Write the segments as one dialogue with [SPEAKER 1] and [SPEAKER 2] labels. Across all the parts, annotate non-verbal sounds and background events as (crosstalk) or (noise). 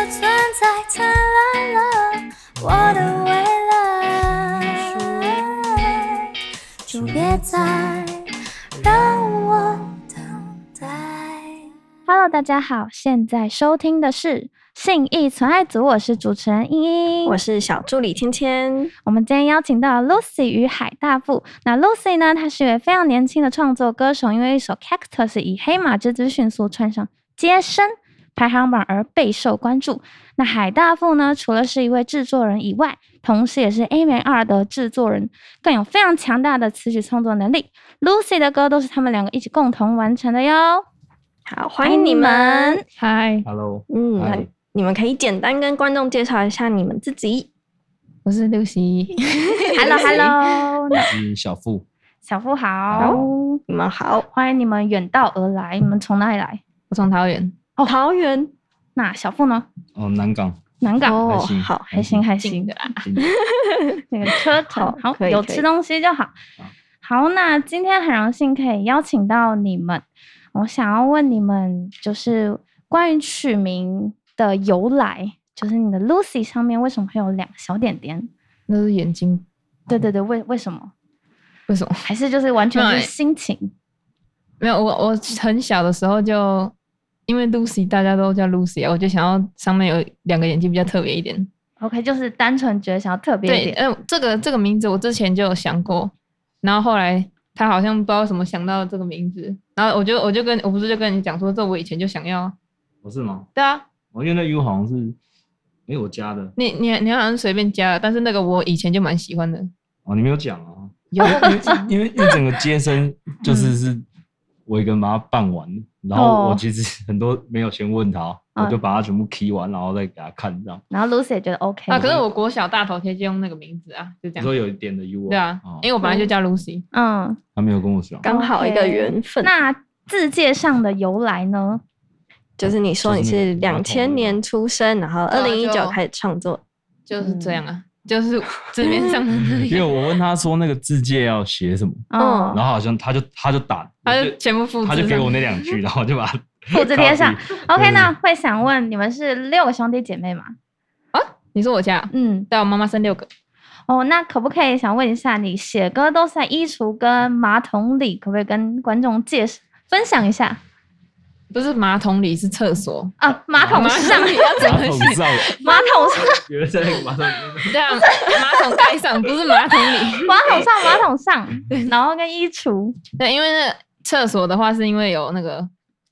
[SPEAKER 1] 再灿烂了，我的未来，就别再让我等待。
[SPEAKER 2] Hello，大家好，现在收听的是信义存爱组，我是主持人茵茵。
[SPEAKER 3] 我是小助理芊芊，
[SPEAKER 2] 我们今天邀请到了 Lucy 与海大富。那 Lucy 呢，她是一位非常年轻的创作歌手，因为一首《Cactus》以黑马之姿迅速窜上街声排行榜而备受关注。那海大富呢，除了是一位制作人以外，同时也是 A M R 的制作人，更有非常强大的词曲创作能力。Lucy 的歌都是他们两个一起共同完成的哟。
[SPEAKER 3] 好，欢迎你们。
[SPEAKER 4] 嗨，
[SPEAKER 5] Hello，
[SPEAKER 3] 嗯，
[SPEAKER 5] 嗨
[SPEAKER 3] 那你们可以简单跟观众介绍一下你们自己。
[SPEAKER 4] 我是六十一。
[SPEAKER 3] (laughs)
[SPEAKER 2] Hello Hello，
[SPEAKER 5] 我是小付，
[SPEAKER 2] 小富好
[SPEAKER 5] 好，
[SPEAKER 3] 你们好，
[SPEAKER 2] 欢迎你们远道而来，你们从哪里来？哦
[SPEAKER 4] 我从桃园，
[SPEAKER 3] 桃园
[SPEAKER 2] 那小富呢？
[SPEAKER 5] 哦，南港，
[SPEAKER 2] 南港。
[SPEAKER 3] 哦
[SPEAKER 5] 还行，
[SPEAKER 3] 好
[SPEAKER 2] 还行还行，
[SPEAKER 4] 的啦。
[SPEAKER 5] 行
[SPEAKER 2] 那个车程
[SPEAKER 3] 好
[SPEAKER 2] 好
[SPEAKER 3] 可以
[SPEAKER 2] 有
[SPEAKER 3] 可
[SPEAKER 2] 吃
[SPEAKER 3] 以
[SPEAKER 2] 东西就好。好，那今天很荣幸可以邀请到你们，我想要问你们，就是关于取名的由来，就是你的 Lucy 上面为什么会有两个小点点？
[SPEAKER 4] 那是眼睛，
[SPEAKER 2] 对对对，为为什么？
[SPEAKER 4] 为什么？ (laughs)
[SPEAKER 2] 还是就是完全是
[SPEAKER 4] 对
[SPEAKER 2] 心情？
[SPEAKER 4] 没有，我我很小的时候就因为 Lucy 大家都叫 Lucy，啊我就想要上面有两个眼睛比较特别一点。
[SPEAKER 2] OK，就是单纯觉得想要特别一
[SPEAKER 4] 对，
[SPEAKER 2] 点，
[SPEAKER 4] 嗯、这个这个名字我之前就有想过，然后后来他好像不知道怎么想到这个名字，然后我就我就跟我不是就跟你讲说，这我以前就想要。
[SPEAKER 5] 不哦是吗？
[SPEAKER 4] 对啊，
[SPEAKER 5] 我因为那 U 好像是，哎，我加的，
[SPEAKER 4] 你你你好像随便加的，但是那个我以前就蛮喜欢的。
[SPEAKER 5] 哦，你没有讲啊，
[SPEAKER 4] 有嗯
[SPEAKER 5] 因为因为整个接生就是是我一个人把它办完，然
[SPEAKER 2] 哦
[SPEAKER 5] 后我其实很多没有先问他，
[SPEAKER 2] 嗯
[SPEAKER 5] 我就把它全部 key 完，然后再给他看这样。
[SPEAKER 2] 然后 Lucy 也觉得 OK
[SPEAKER 4] (laughs) 啊，可是我国小大头贴就用那个名字啊，就这
[SPEAKER 5] 你
[SPEAKER 4] 样。
[SPEAKER 5] 说有一点的 U 哦
[SPEAKER 4] 对啊，因为我本来就叫 Lucy，
[SPEAKER 2] 嗯，
[SPEAKER 5] 他没有跟我讲，
[SPEAKER 3] 刚好一个
[SPEAKER 2] OK
[SPEAKER 3] 缘分。
[SPEAKER 2] 那字界上的由来呢？
[SPEAKER 3] 就是你说你是
[SPEAKER 5] 就是那个
[SPEAKER 3] 两千年出生，然后二
[SPEAKER 4] 然后
[SPEAKER 3] 零一九
[SPEAKER 4] 就
[SPEAKER 3] 开始创作，
[SPEAKER 4] 就是这样啊， (laughs) 就是字面上的那
[SPEAKER 5] 因为
[SPEAKER 4] 样，
[SPEAKER 5] 我问他说那个字界要写什么，
[SPEAKER 2] 嗯
[SPEAKER 5] 然，后好像他就他就打，
[SPEAKER 4] 哦他
[SPEAKER 5] 我
[SPEAKER 4] 就全部复制上，
[SPEAKER 5] 他就给我那两句，然后我就把它
[SPEAKER 2] 复制贴上
[SPEAKER 5] copy。
[SPEAKER 2] OK，
[SPEAKER 5] 对
[SPEAKER 2] 那会想问你们是六个兄弟姐妹吗？
[SPEAKER 4] 啊，你说我家，
[SPEAKER 2] 嗯，
[SPEAKER 4] 对啊我妈妈生六个，
[SPEAKER 2] 哦，那可不可以想问一下，你写歌都是在衣橱跟马桶里，可不可以跟观众介绍分享一下
[SPEAKER 4] 不是马桶里是厕所，
[SPEAKER 2] 啊？马桶
[SPEAKER 4] 马
[SPEAKER 2] 上，
[SPEAKER 4] 桶里要怎
[SPEAKER 5] 马
[SPEAKER 4] 么
[SPEAKER 5] 桶
[SPEAKER 4] 写？
[SPEAKER 5] 上，
[SPEAKER 2] 马桶上，
[SPEAKER 5] 有人在那个马桶里面。
[SPEAKER 4] 对啊，马桶盖上不是马桶里， (laughs)
[SPEAKER 2] 马桶上，马桶上，然后跟衣橱，
[SPEAKER 4] 对，因为那个厕所的话是因为有那个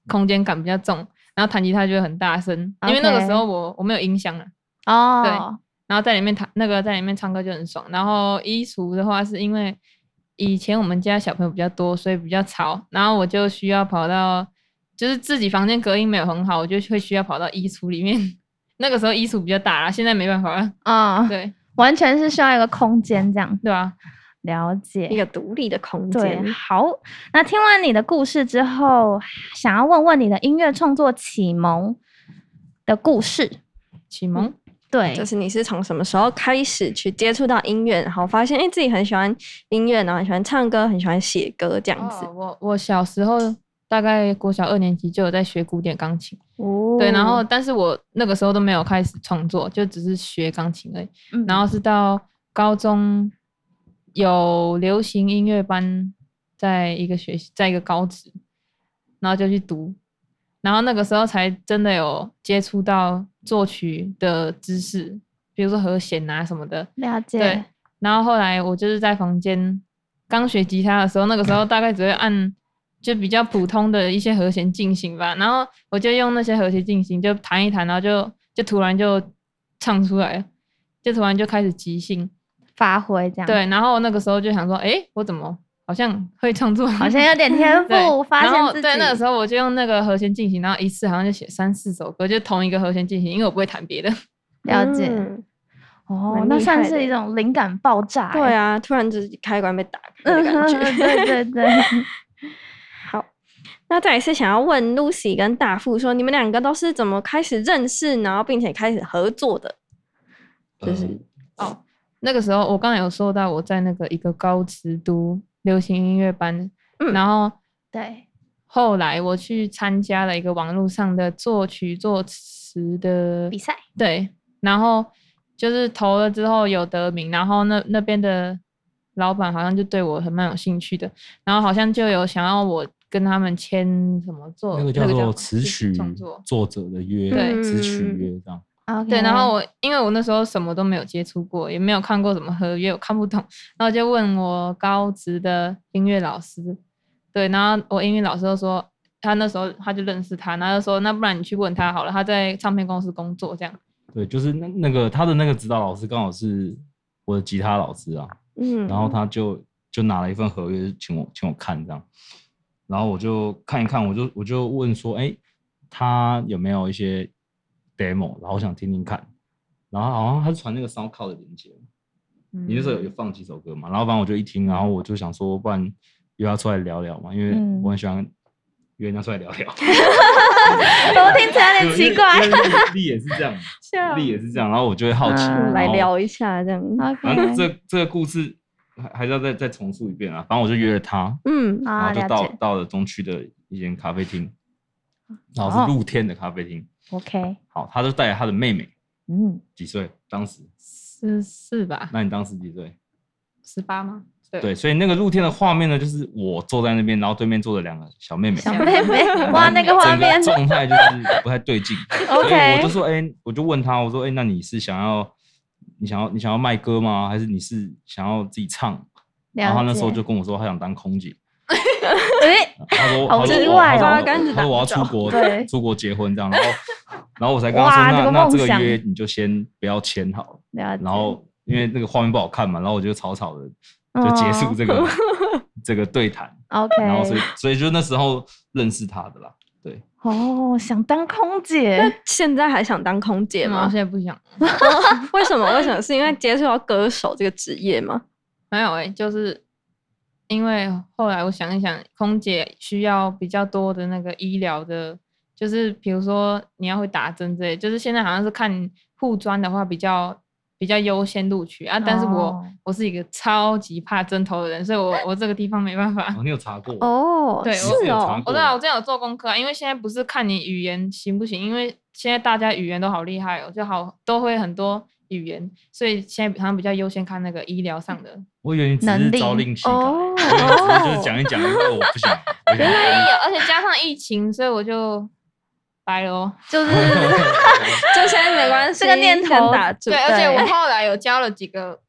[SPEAKER 4] 空间感比较重，然后弹吉他就会很大声，因为那个
[SPEAKER 2] OK
[SPEAKER 4] 时候我我没有音箱啊，
[SPEAKER 2] 哦，
[SPEAKER 4] 然后在里面弹那个在里面唱歌就很爽。然后衣橱的话，是因为以前我们家小朋友比较多，所以比较吵，然后我就需要跑到就是自己房间隔音没有很好，我就会需要跑到衣橱里面。 (laughs) 那个时候衣橱比较大啦，现在没办法了。 (laughs)
[SPEAKER 2] 啊，
[SPEAKER 4] 对
[SPEAKER 2] 完全是需要一个空间这样
[SPEAKER 4] 对啊，
[SPEAKER 2] 了解
[SPEAKER 3] 一。个独立的空
[SPEAKER 2] 对
[SPEAKER 3] 间，。
[SPEAKER 2] 好，那听完你的故事之后，想要问问你的音乐创作启蒙的故事。
[SPEAKER 4] 启蒙
[SPEAKER 2] 对，
[SPEAKER 3] 就是你是从什么时候开始去接触到音乐，然后发现哎、诶自己很喜欢音乐，然后很喜欢唱歌，很喜欢写歌这样子。
[SPEAKER 4] 哦我我小时候大概国小二年级就有在学古典钢琴，
[SPEAKER 2] 哦
[SPEAKER 4] 对，然后但是我那个时候都没有开始创作，就只是学钢琴而已。
[SPEAKER 2] 嗯
[SPEAKER 4] 然后是到高中有流行音乐班，在一个学习，在一个高职，然后就去读，然后那个时候才真的有接触到作曲的知识，比如说和弦啊什么的。
[SPEAKER 2] 了解，
[SPEAKER 4] 对，然后后来我就是在房间刚学吉他的时候，那个时候大概只会按就比较普通的一些和弦进行吧，然后我就用那些和弦进行，就弹一弹，然后就就突然就唱出来了，就突然就开始即兴。
[SPEAKER 2] 发挥这样，，
[SPEAKER 4] 对，然后那个时候就想说，诶，我怎么好像会唱作？
[SPEAKER 2] 好像有点天
[SPEAKER 4] (laughs) 对
[SPEAKER 2] 赋，发
[SPEAKER 4] 然
[SPEAKER 2] 现
[SPEAKER 4] 后
[SPEAKER 2] 自己
[SPEAKER 4] 对那个时候我就用那个和弦进行，然后一次好像就写三四首歌，就同一个和弦进行，因为我不会弹别的。
[SPEAKER 2] 了解、
[SPEAKER 3] 嗯
[SPEAKER 2] 哦，
[SPEAKER 3] 蛮
[SPEAKER 2] 那
[SPEAKER 3] 厉
[SPEAKER 2] 算
[SPEAKER 3] 害
[SPEAKER 2] 是
[SPEAKER 3] 的
[SPEAKER 2] 一种灵感爆炸、
[SPEAKER 3] 对，啊，突然之间开关被打开的
[SPEAKER 2] 嗯
[SPEAKER 3] 感
[SPEAKER 2] 哼， (laughs)
[SPEAKER 3] 觉。 (laughs)
[SPEAKER 2] 对对对，
[SPEAKER 4] (laughs)
[SPEAKER 3] 好，那再一次想要问 Lucy 跟大富说，你们两个都是怎么开始认识，然后并且开始合作的？就是
[SPEAKER 5] 嗯
[SPEAKER 4] 那个时候我刚才有说到我在那个一个高职读流行音乐班，
[SPEAKER 3] 嗯
[SPEAKER 4] 然后
[SPEAKER 2] 对，
[SPEAKER 4] 后来我去参加了一个网络上的作曲作词的
[SPEAKER 2] 比赛，
[SPEAKER 4] 对，然后就是投了之后有得名，然后那那边的老板好像就对我很蛮有兴趣的，然后好像就有想要我跟他们签什么作，
[SPEAKER 5] 那个叫
[SPEAKER 4] 什么
[SPEAKER 5] 做词曲
[SPEAKER 4] 创作，
[SPEAKER 5] 作者的约，
[SPEAKER 4] 对
[SPEAKER 5] 词曲约这样。
[SPEAKER 4] 对，然
[SPEAKER 2] 嗯
[SPEAKER 4] 后我因为我那时候什么都没有接触过，也没有看过什么合约，我看不懂，然后就问我高职的音乐老师，对，然后我音乐老师就说，他那时候他就认识他，然后就说那不然你去问他好了，他在唱片公司工作这样，
[SPEAKER 5] 对，就是那那个他的那个指导老师刚好是我的吉他老师啊，
[SPEAKER 3] 嗯
[SPEAKER 5] 然后他就就拿了一份合约请我请我看这样，然后我就看一看，我就我就问说，哎，他有没有一些 demo，然后我想听听看，然后好像他是传那个 SoundCloud 的链接，你那时候有
[SPEAKER 4] 嗯
[SPEAKER 2] 嗯
[SPEAKER 5] 有放几首歌嘛？然后反正我就一听，然后我就想说，不然约他出来聊聊嘛，因为
[SPEAKER 2] 嗯
[SPEAKER 5] 我很喜欢约人家出来
[SPEAKER 2] (laughs)
[SPEAKER 5] 聊聊。
[SPEAKER 2] 我听起来有点奇怪。
[SPEAKER 5] 因为。因为丽也是这样，丽也是这样，然后我就会好奇、
[SPEAKER 2] 嗯
[SPEAKER 5] 然后
[SPEAKER 3] 来聊一下这样，
[SPEAKER 5] (laughs) 反
[SPEAKER 2] OK，
[SPEAKER 5] 正啊这这个故事还还是要再再重述一遍啊。反正我就约了他，
[SPEAKER 3] 嗯
[SPEAKER 2] 啊，
[SPEAKER 5] 然后就到
[SPEAKER 2] 了解哦
[SPEAKER 5] 到了中区的一间咖啡厅，然后是露天的咖啡厅。
[SPEAKER 2] ，OK，
[SPEAKER 5] 好，他就带了他的妹妹，
[SPEAKER 2] 嗯，
[SPEAKER 5] 几岁？当时？
[SPEAKER 4] 十四吧，
[SPEAKER 5] 那你当时几岁？
[SPEAKER 4] 十八吗？对
[SPEAKER 5] 对，所以那个露天的画面呢，就是我坐在那边，然后对面坐着两个小妹妹。
[SPEAKER 2] 小妹妹，
[SPEAKER 4] (laughs)
[SPEAKER 2] 哇，那个画
[SPEAKER 5] 整
[SPEAKER 2] 面
[SPEAKER 5] 个状态就是不太对
[SPEAKER 2] (laughs)
[SPEAKER 5] 劲，所以
[SPEAKER 2] OK
[SPEAKER 5] 我就说，哎、我就问他，我说，哎、那你是想要，你想要，你想要卖歌吗？还是你是想要自己唱？然后他那时候就跟我说，他想当空姐，
[SPEAKER 2] 哎，
[SPEAKER 5] 他说，
[SPEAKER 2] 好
[SPEAKER 5] 他说
[SPEAKER 2] 意
[SPEAKER 5] 我
[SPEAKER 2] 外哦
[SPEAKER 5] 他
[SPEAKER 3] 八竿
[SPEAKER 5] 说
[SPEAKER 3] 子
[SPEAKER 5] 我他说我要
[SPEAKER 3] 打
[SPEAKER 5] 出
[SPEAKER 3] 不
[SPEAKER 5] 国
[SPEAKER 2] 对，
[SPEAKER 5] 出国结婚这样，然后，然后我才跟他
[SPEAKER 2] 哇
[SPEAKER 5] 说，
[SPEAKER 2] 这
[SPEAKER 5] 那
[SPEAKER 2] 个
[SPEAKER 5] 那
[SPEAKER 2] 梦
[SPEAKER 5] 这个
[SPEAKER 2] 想
[SPEAKER 5] 约你就先不要签好了，
[SPEAKER 2] 了解，哦
[SPEAKER 5] 然后因为那个画面不好看嘛，然后我就草草的就结束这个、
[SPEAKER 2] (laughs)
[SPEAKER 5] 这个对谈，
[SPEAKER 2] OK，
[SPEAKER 5] 然后所以所以就那时候认识他的啦，对。
[SPEAKER 2] 哦，想当空姐，
[SPEAKER 3] 现在还想当空姐
[SPEAKER 4] 吗？我
[SPEAKER 3] 吗
[SPEAKER 4] 现？在不想，
[SPEAKER 3] 为什么？为什么？是因为接触到歌手这个职业吗？
[SPEAKER 4] 没有哎、就是因为后来我想一想，空姐需要比较多的那个医疗的，就是比如说你要会打针之类，就是现在好像是看护专的话比较比较优先录取啊。但是我、
[SPEAKER 2] 哦
[SPEAKER 4] 我是一个超级怕针头的人，所以我我这个地方没办法。
[SPEAKER 5] 哦，你有查过？
[SPEAKER 3] 哦
[SPEAKER 4] 对
[SPEAKER 5] 是
[SPEAKER 3] 是
[SPEAKER 5] 哦
[SPEAKER 3] 哦，
[SPEAKER 4] 我知道，我之前有做功课啊，因为现在不是看你语言行不行，因为现在大家语言都好厉害哦，就好都会很多语言，所以现在好像比较优先看那个医疗上的。
[SPEAKER 5] 我以为你只是
[SPEAKER 2] 能力
[SPEAKER 5] 朝令夕改，
[SPEAKER 3] 哦
[SPEAKER 5] (laughs) 我以为只是就是讲一讲，然后我不想，
[SPEAKER 4] (laughs)
[SPEAKER 5] 我想
[SPEAKER 4] 没有，而且加上疫情，所以我就掰了哦。
[SPEAKER 2] 就是 (laughs)
[SPEAKER 3] 就现在没关系，
[SPEAKER 2] 这个念头
[SPEAKER 3] 先打住。
[SPEAKER 4] 对，而且
[SPEAKER 2] 对
[SPEAKER 4] 我后来有交了几个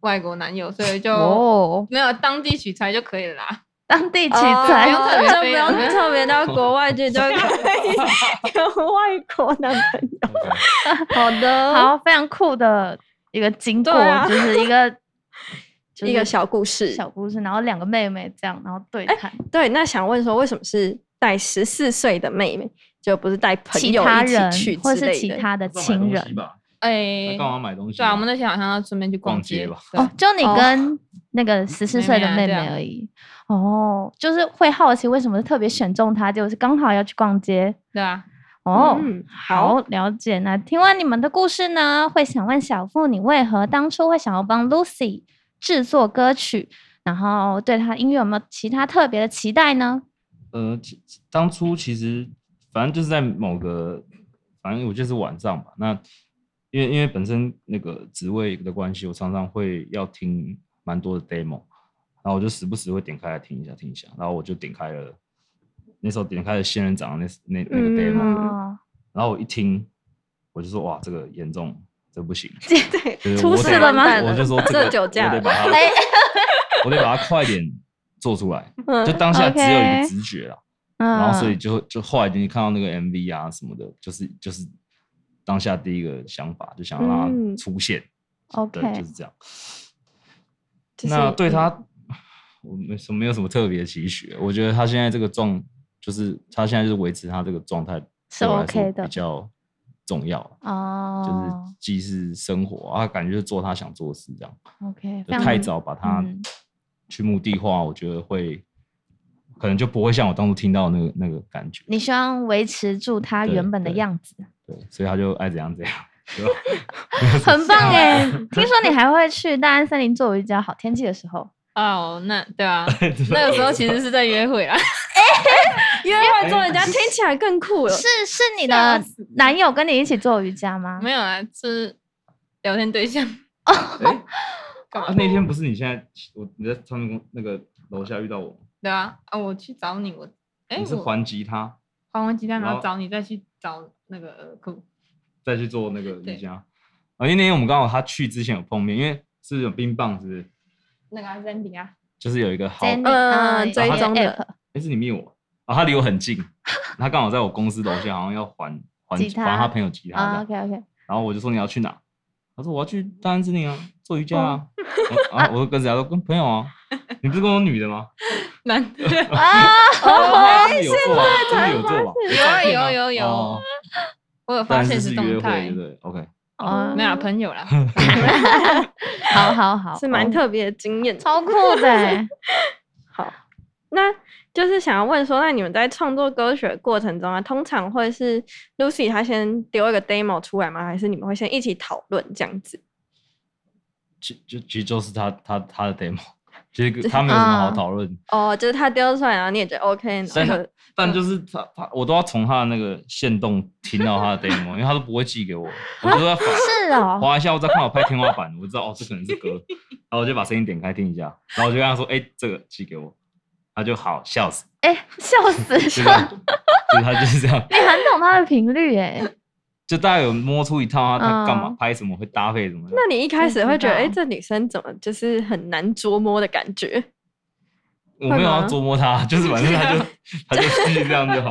[SPEAKER 4] 外国男友，所以就、
[SPEAKER 2] 哦，
[SPEAKER 4] 没有当地取材就可以了啦。
[SPEAKER 2] 当地取
[SPEAKER 4] 不
[SPEAKER 2] 材
[SPEAKER 4] 用，特别
[SPEAKER 3] 哦就不
[SPEAKER 4] 飞
[SPEAKER 3] 用
[SPEAKER 4] 了
[SPEAKER 3] 特别到国外去， (laughs) 就可以有外国男朋友。好的，
[SPEAKER 2] 好，非常酷的一个经过
[SPEAKER 3] 对啊，
[SPEAKER 2] 就是一个就是
[SPEAKER 3] (laughs) 一个小故事。哎
[SPEAKER 2] 小故事，然后两个妹妹这样，然后对谈，
[SPEAKER 3] 对，那想问说，为什么是带十四岁的妹妹，就不是带朋
[SPEAKER 2] 其
[SPEAKER 3] 友
[SPEAKER 2] 他
[SPEAKER 3] 一
[SPEAKER 2] 人
[SPEAKER 3] 起去之
[SPEAKER 2] 或
[SPEAKER 3] 类
[SPEAKER 2] 是
[SPEAKER 3] 的？
[SPEAKER 2] 其他的亲人。
[SPEAKER 5] 吧？
[SPEAKER 4] 哎、
[SPEAKER 5] 那干嘛买东西？
[SPEAKER 4] 对啊，我们那天好像要顺便去逛街
[SPEAKER 5] 逛街
[SPEAKER 4] 对
[SPEAKER 2] 哦，就你
[SPEAKER 3] 哦
[SPEAKER 2] 跟那个十四岁的妹
[SPEAKER 4] 妹妹
[SPEAKER 2] 妹
[SPEAKER 4] 啊对啊
[SPEAKER 2] 而已。哦，就是会好奇为什么特别选中她，就是刚好要去逛街。
[SPEAKER 4] 对啊，
[SPEAKER 2] 哦，
[SPEAKER 3] 嗯好
[SPEAKER 2] 好了解。那听完你们的故事呢，会想问小付，你为何当初会想要帮 Lucy 制作歌曲？然后对她音乐有没有其他特别的期待呢？
[SPEAKER 5] 呃，其当初其实反正就是在某个，反正我就是晚上吧。那因为因为本身那个职位的关系，我常常会要听蛮多的 demo，然后我就时不时会点开来听一下听一下，然后我就点开了那时候点开了仙人掌的那那那个
[SPEAKER 3] 嗯
[SPEAKER 5] demo，、
[SPEAKER 2] 哦，
[SPEAKER 5] 然后我一听，我就说哇，这个严重，这
[SPEAKER 2] (laughs)
[SPEAKER 5] 不行，
[SPEAKER 3] 对，
[SPEAKER 5] 就是
[SPEAKER 2] 出
[SPEAKER 5] 我得
[SPEAKER 2] 事了吗
[SPEAKER 5] 我就说
[SPEAKER 3] 这
[SPEAKER 5] 个
[SPEAKER 3] 酒驾
[SPEAKER 5] 我得
[SPEAKER 3] 了，
[SPEAKER 5] 把它，
[SPEAKER 2] 哎，
[SPEAKER 5] 我得把它快点做出来。就
[SPEAKER 3] 嗯，
[SPEAKER 2] (laughs)
[SPEAKER 5] 当下只有一
[SPEAKER 2] OK
[SPEAKER 5] 个直觉啦，
[SPEAKER 2] 嗯
[SPEAKER 5] 然后所以就就后来你看到那个 MV 啊什么的，就是就是当下第一个想法就想要让它
[SPEAKER 3] 嗯
[SPEAKER 5] 出现，
[SPEAKER 2] OK 嗯
[SPEAKER 5] 对，就是这样。
[SPEAKER 3] 就是
[SPEAKER 5] 那对他，我没什么没有什么特别期许，我觉得他现在这个状，就是他现在就是维持他这个状态
[SPEAKER 2] 是
[SPEAKER 5] 对我来
[SPEAKER 2] OK
[SPEAKER 5] 说
[SPEAKER 2] 的
[SPEAKER 5] 比较重要啦。就是
[SPEAKER 2] 哦
[SPEAKER 5] 既是生活啊，感觉就是做他想做的事这样。
[SPEAKER 2] ，OK，
[SPEAKER 5] 就
[SPEAKER 2] 非常
[SPEAKER 5] 太早把它
[SPEAKER 2] 嗯
[SPEAKER 5] 去目的化，我觉得会可能就不会像我当初听到的那个那个感觉。
[SPEAKER 2] 你希望维持住她
[SPEAKER 5] 对
[SPEAKER 2] 原本的
[SPEAKER 5] 对
[SPEAKER 2] 样
[SPEAKER 5] (laughs)
[SPEAKER 2] 子，
[SPEAKER 5] 对，所以他就爱怎样怎样，对吧 (laughs) 啊
[SPEAKER 2] 欸很棒哎！听说你还会去大安森林做瑜伽，好天气的时候，
[SPEAKER 4] 哦，那
[SPEAKER 5] (laughs)
[SPEAKER 4] 对啊，那个时候其实是在约会啊。
[SPEAKER 3] 约
[SPEAKER 5] 哎
[SPEAKER 3] 会做人家听起来更酷了。
[SPEAKER 2] 是是你的男友跟你一起做瑜伽吗？
[SPEAKER 4] 没有啊，是聊天
[SPEAKER 5] (laughs)
[SPEAKER 4] 对象。
[SPEAKER 5] 哎
[SPEAKER 4] 干嘛
[SPEAKER 5] 啊那天不是你现在我你在唱面公那个楼下遇到我，
[SPEAKER 4] 对啊，啊，我去找你，我哎，
[SPEAKER 5] 你是
[SPEAKER 4] 我
[SPEAKER 5] 还吉他
[SPEAKER 4] 还完鸡蛋，然
[SPEAKER 5] 然
[SPEAKER 4] 后
[SPEAKER 5] 后
[SPEAKER 4] 啊找你再去找那个呃裤。
[SPEAKER 5] 再去做那个
[SPEAKER 4] 对
[SPEAKER 5] 瑜伽，啊，因为那天我们刚好他去之前有碰面，因为是有冰棒是不是，
[SPEAKER 4] 那个 Zandy 啊，
[SPEAKER 5] 就是有一个好，
[SPEAKER 2] 在
[SPEAKER 5] 哎、
[SPEAKER 2] 那
[SPEAKER 3] 呃
[SPEAKER 2] 嗯
[SPEAKER 3] 追
[SPEAKER 2] 有
[SPEAKER 3] 踪的
[SPEAKER 2] app
[SPEAKER 5] 是你密我啊，他离我很近，他刚好在我公司楼下，好像要还还
[SPEAKER 2] 吉他
[SPEAKER 5] 还他朋友吉他这
[SPEAKER 2] 啊
[SPEAKER 5] 样
[SPEAKER 2] ，OK OK，
[SPEAKER 5] 然后我就说你要去哪？他说我要去大安森林啊，做瑜伽啊。我啊，我就跟谁啊？跟朋友啊。你不是跟我女的吗？
[SPEAKER 4] (laughs) 男的
[SPEAKER 5] (laughs) 啊，有做啊，真的有做吧？
[SPEAKER 4] 发
[SPEAKER 5] 照片
[SPEAKER 4] 现
[SPEAKER 5] 吗
[SPEAKER 4] 有有有有
[SPEAKER 5] 哦
[SPEAKER 4] 我有
[SPEAKER 5] 当
[SPEAKER 4] 发
[SPEAKER 5] 然
[SPEAKER 4] 现
[SPEAKER 5] 是约
[SPEAKER 4] 动
[SPEAKER 5] 会，
[SPEAKER 4] 态
[SPEAKER 5] 对不，对？OK，
[SPEAKER 2] 哦，
[SPEAKER 4] 没有啊朋
[SPEAKER 5] (laughs)
[SPEAKER 4] 友啦。
[SPEAKER 2] 好好好，
[SPEAKER 3] 是蛮特别的经验。
[SPEAKER 2] 超酷的欸，
[SPEAKER 3] 好，那就是想要问说，那你们在创作歌曲的过程中啊，通常会是 Lucy 她先丢一个 demo 出来吗？还是你们会先一起讨论这样子？
[SPEAKER 5] 就就其实就是他他他的 demo，其 (laughs) 实他没有什
[SPEAKER 4] 嗯
[SPEAKER 5] 么好讨论，
[SPEAKER 3] 哦，就是她丢出来，然后你也觉得 OK，然
[SPEAKER 5] 但
[SPEAKER 3] 后
[SPEAKER 5] 他但就是
[SPEAKER 4] 嗯
[SPEAKER 5] 他他我都要从他的那个线动听到他的 demo，因为他都不会寄给我，我就
[SPEAKER 4] 啊
[SPEAKER 5] 要反
[SPEAKER 2] 是哦，
[SPEAKER 5] (laughs) 划一下，我再看我拍天花板，我知道哦，这可能是
[SPEAKER 4] (laughs)
[SPEAKER 5] 歌，然后我就把声音点开听一下，然后我就跟他说，哎、这个寄给我，他就好笑死，
[SPEAKER 2] 哎，笑死，
[SPEAKER 5] 就
[SPEAKER 2] 你
[SPEAKER 5] 这
[SPEAKER 4] (laughs)
[SPEAKER 5] 样，就是他就是这样，
[SPEAKER 2] 很懂他的频率哎，
[SPEAKER 5] 就大概有摸出一套啊，他干嘛
[SPEAKER 2] 嗯
[SPEAKER 5] 拍什么会搭配什么的，
[SPEAKER 3] 那你一开始会觉得，
[SPEAKER 2] 我知道
[SPEAKER 3] 哎、这女生怎么就是很难捉摸的感觉？
[SPEAKER 5] 我没有要捉摸他， (laughs) 就是反正他就他就继续这样就好，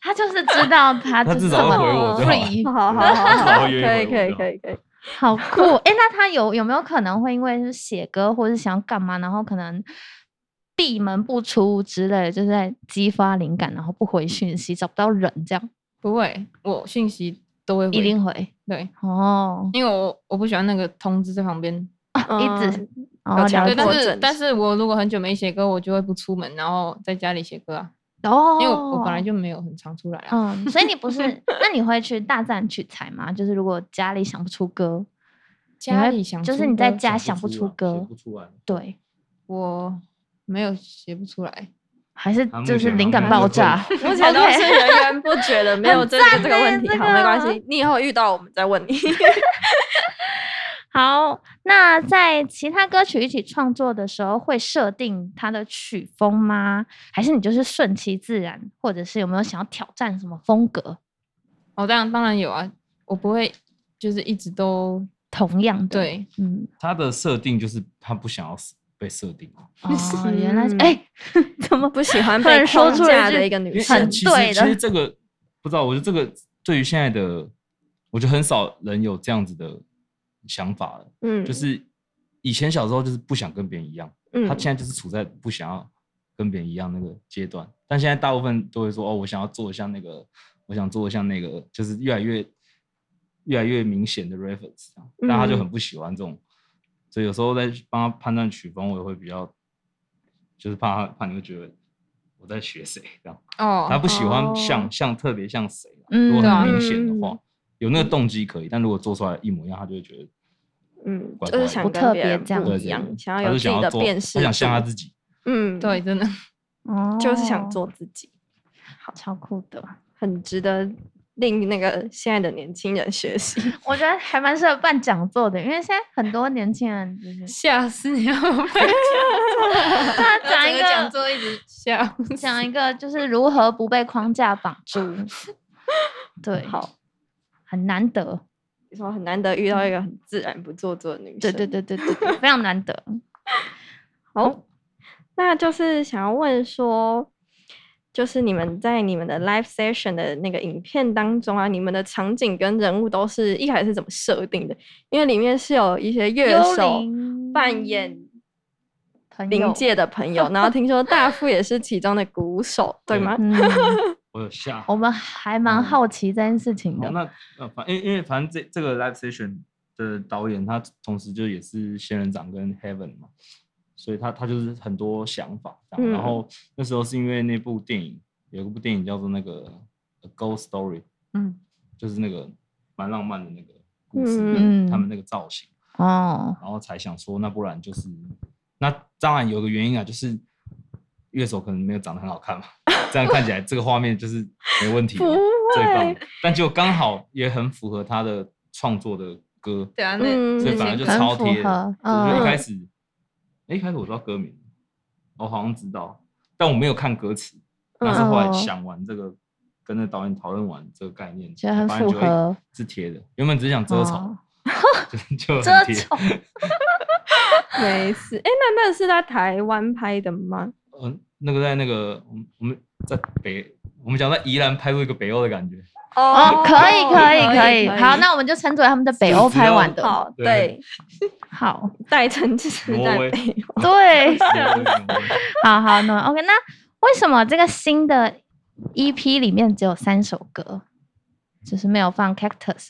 [SPEAKER 2] 他就是知道他
[SPEAKER 5] (laughs) 他
[SPEAKER 2] 就
[SPEAKER 5] 至
[SPEAKER 2] 这
[SPEAKER 5] 少会
[SPEAKER 2] 么
[SPEAKER 5] 回我就好了。
[SPEAKER 2] free，
[SPEAKER 3] (laughs) 哦好好好好
[SPEAKER 5] 至少
[SPEAKER 3] 好，
[SPEAKER 5] 会
[SPEAKER 3] 可
[SPEAKER 5] 愿意回
[SPEAKER 3] 以可以
[SPEAKER 5] 我
[SPEAKER 3] 可以可以。
[SPEAKER 2] 好酷哎，那他有有没有可能会因为是写歌或是想要干嘛，然后可能？闭门不出之类的，就是在激发灵感，然后不回讯息，找不到人，这样
[SPEAKER 4] 不会，我讯息都会回
[SPEAKER 2] 一定回
[SPEAKER 4] 对，
[SPEAKER 2] 哦，
[SPEAKER 4] 因为我我不喜欢那个通知在旁边。
[SPEAKER 2] 一
[SPEAKER 3] (laughs)
[SPEAKER 2] 直哦
[SPEAKER 3] 有强
[SPEAKER 2] 了
[SPEAKER 4] 对，但
[SPEAKER 3] 迫
[SPEAKER 2] 解
[SPEAKER 4] 是
[SPEAKER 3] 症
[SPEAKER 4] 但是我如果很久没写歌，我就会不出门，然后在家里写歌啊，
[SPEAKER 2] 哦，
[SPEAKER 4] 因为我我本来就没有很常出来啊。
[SPEAKER 2] 嗯，所以你不是？那你会去大自然取材吗？就是如果家里想不出歌，你
[SPEAKER 4] 家
[SPEAKER 2] 会
[SPEAKER 4] 里想
[SPEAKER 2] 就是
[SPEAKER 4] 出
[SPEAKER 2] 你在
[SPEAKER 4] 歌
[SPEAKER 2] 家想不出
[SPEAKER 5] 写
[SPEAKER 2] 歌
[SPEAKER 5] 不，出来。
[SPEAKER 2] 对，
[SPEAKER 4] 我没有写不出来，
[SPEAKER 2] 还是
[SPEAKER 5] 啊他目
[SPEAKER 2] 就是
[SPEAKER 5] 前
[SPEAKER 2] 灵
[SPEAKER 5] 还
[SPEAKER 2] 感
[SPEAKER 5] 没
[SPEAKER 2] 爆
[SPEAKER 5] 有
[SPEAKER 3] (laughs)
[SPEAKER 5] 做
[SPEAKER 2] 炸。
[SPEAKER 3] 目前都
[SPEAKER 2] OK
[SPEAKER 3] 是源源不绝的，没有
[SPEAKER 2] 很
[SPEAKER 3] 针对
[SPEAKER 2] 赞
[SPEAKER 3] 这个问
[SPEAKER 2] 欸
[SPEAKER 3] 题，
[SPEAKER 2] 这
[SPEAKER 3] 好，没关
[SPEAKER 2] 个
[SPEAKER 3] 系，你以后遇到我们再问你。
[SPEAKER 2] 好，那在其他歌曲一起创作的时候，会设定它的曲风吗？还是你就是顺其自然，或者是有没有想要挑战什么风格？
[SPEAKER 4] 哦，当然当然有啊，我不会就是一直都
[SPEAKER 2] 同样的，，
[SPEAKER 4] 对，
[SPEAKER 2] 嗯，
[SPEAKER 5] 他的设定就是他不想要死被设定，
[SPEAKER 2] 哦，原来是，
[SPEAKER 3] 嗯
[SPEAKER 2] 哎、怎么
[SPEAKER 3] (laughs) 不喜
[SPEAKER 2] (laughs)
[SPEAKER 3] 欢
[SPEAKER 2] 突然
[SPEAKER 3] 被
[SPEAKER 2] 说
[SPEAKER 3] 框
[SPEAKER 2] 出了
[SPEAKER 3] 架
[SPEAKER 2] 一句
[SPEAKER 3] 的一个
[SPEAKER 5] 因
[SPEAKER 3] 女
[SPEAKER 5] 为
[SPEAKER 3] 生
[SPEAKER 2] 很。
[SPEAKER 5] 其实
[SPEAKER 2] 对的
[SPEAKER 5] 其实这个不知道，我觉得这个对于现在的，我觉得很少人有这样子的想法了。
[SPEAKER 3] 嗯
[SPEAKER 5] 就是以前小时候就是不想跟别人一样，他现在就是处在不想要跟别人一样那个阶段，但现在大部分都会说哦，我想要做像那个，我想做像那个，就是越来越越来越明显的 reference，这样但他就很不喜欢这种，
[SPEAKER 3] 嗯
[SPEAKER 5] 所以有时候在帮他判断曲风，我也会比较，就是怕他怕你会觉得我在学谁这样，
[SPEAKER 4] 哦，
[SPEAKER 5] 他不喜欢
[SPEAKER 3] 哦
[SPEAKER 5] 像、像特别像谁啊，
[SPEAKER 2] 嗯
[SPEAKER 5] 如果
[SPEAKER 4] 对啊
[SPEAKER 5] 很明显的话，
[SPEAKER 3] 嗯
[SPEAKER 5] 有那个动机可以，但如果做出来一模一样，他就会觉得。
[SPEAKER 3] 嗯，
[SPEAKER 5] 乖
[SPEAKER 3] 就是
[SPEAKER 5] 乖
[SPEAKER 3] 想
[SPEAKER 2] 不
[SPEAKER 3] 跟
[SPEAKER 2] 特
[SPEAKER 3] 别
[SPEAKER 2] 别
[SPEAKER 3] 人
[SPEAKER 2] 这样
[SPEAKER 3] 不
[SPEAKER 5] 对
[SPEAKER 3] 一样，
[SPEAKER 5] 对
[SPEAKER 3] 想
[SPEAKER 5] 他
[SPEAKER 3] 要有
[SPEAKER 5] 就
[SPEAKER 3] 自己的
[SPEAKER 5] 做
[SPEAKER 3] 辨
[SPEAKER 5] 他
[SPEAKER 3] 识
[SPEAKER 5] 想像他
[SPEAKER 3] 度
[SPEAKER 5] 自己，
[SPEAKER 3] 嗯，
[SPEAKER 4] 对，，真的， (laughs)
[SPEAKER 2] 哦，
[SPEAKER 3] 就是想，做自己，
[SPEAKER 2] 好超酷的。
[SPEAKER 3] 很值得令那个现在的年轻人学习。
[SPEAKER 2] 我觉得还蛮适合办讲座的，因为现在很多年轻人就是
[SPEAKER 4] (laughs) 吓死你了！我
[SPEAKER 2] (laughs)
[SPEAKER 4] 被
[SPEAKER 2] 他讲
[SPEAKER 4] 整
[SPEAKER 2] 一
[SPEAKER 4] 个讲
[SPEAKER 2] 个
[SPEAKER 4] 座一直笑死，
[SPEAKER 2] 讲一个就是如何不被框架绑住，对，
[SPEAKER 3] 好，
[SPEAKER 2] 很难得，
[SPEAKER 3] 你说很难得遇到一个很自然不做作的女生，
[SPEAKER 2] 对对对对对对，非常难得。嗯
[SPEAKER 3] 好，那就是想要问说，就是你们在你们的 live session 的那个影片当中啊，你们的场景跟人物都是一开始是怎么设定的？因为里面是有一些乐
[SPEAKER 2] 幽
[SPEAKER 3] 手
[SPEAKER 2] 灵嗯
[SPEAKER 3] 扮演
[SPEAKER 2] 朋友
[SPEAKER 3] 灵，界的朋友，然后听说大富也是其中的鼓手，对
[SPEAKER 5] 对
[SPEAKER 3] 吗？
[SPEAKER 2] 嗯，
[SPEAKER 5] 我有吓。
[SPEAKER 2] 我们还蛮
[SPEAKER 5] 嗯
[SPEAKER 2] 好奇这件事情
[SPEAKER 3] 哦
[SPEAKER 5] 好，
[SPEAKER 2] 的。
[SPEAKER 5] 那呃，反因为因为反正这这个 live session 的导演他同时就也是仙人掌跟 Heaven 嘛，所以他他就是很多想法这样。
[SPEAKER 3] 嗯
[SPEAKER 5] 然后那时候是因为那部电影有一部电影叫做那个《A Ghost Story》，
[SPEAKER 4] 嗯，
[SPEAKER 5] 就是那个蛮浪漫的那个故事，
[SPEAKER 3] 嗯
[SPEAKER 5] 他们那个造型，
[SPEAKER 2] 哦，
[SPEAKER 5] 然后才想说那不然就是那当然有个原因啊，就是乐手可能没有长得很好看嘛，这样看起来这个画面就是没问题的，
[SPEAKER 3] (laughs) 不
[SPEAKER 2] 嗯
[SPEAKER 5] (laughs) 最棒
[SPEAKER 3] 会
[SPEAKER 5] 的。但就刚好也很符合他的创作的歌，
[SPEAKER 4] 对啊，那
[SPEAKER 3] 嗯
[SPEAKER 5] 所以反而就
[SPEAKER 2] 很
[SPEAKER 5] 超
[SPEAKER 2] 符
[SPEAKER 5] 贴的
[SPEAKER 2] 合。
[SPEAKER 5] 我就一
[SPEAKER 3] 嗯
[SPEAKER 5] 开始，诶一开始我知道歌名，我好像知道，但我没有看歌词。但是后来
[SPEAKER 2] 嗯
[SPEAKER 5] 想完这个，跟那导演讨论完这个概念，
[SPEAKER 2] 觉得很
[SPEAKER 5] 我发现
[SPEAKER 2] 符
[SPEAKER 5] 就会
[SPEAKER 2] 合
[SPEAKER 5] 是贴的。原本只是想遮丑
[SPEAKER 2] 哦，
[SPEAKER 5] 就就
[SPEAKER 2] 遮
[SPEAKER 5] 很贴。
[SPEAKER 2] 丑，
[SPEAKER 3] 没事。哎、那那是在台湾拍的吗？
[SPEAKER 5] 嗯，那个在那个我们我们在北，我们讲在宜兰拍出一个北欧的感觉。
[SPEAKER 2] 哦，可以可以可以，好，那我们就称作为他们的北欧拍完
[SPEAKER 5] 只
[SPEAKER 2] 的，
[SPEAKER 3] 好
[SPEAKER 5] 对
[SPEAKER 3] 对，
[SPEAKER 2] 好，
[SPEAKER 3] 戴成就是
[SPEAKER 5] 挪
[SPEAKER 3] 在
[SPEAKER 5] 威
[SPEAKER 3] 北 (laughs) 欧
[SPEAKER 5] (laughs)
[SPEAKER 2] 对，啊
[SPEAKER 5] 对
[SPEAKER 2] (laughs)
[SPEAKER 5] 对对对
[SPEAKER 2] 好好，那 OK，那为什么这个新的 EP 里面只有三首歌，就是没有放 Cactus？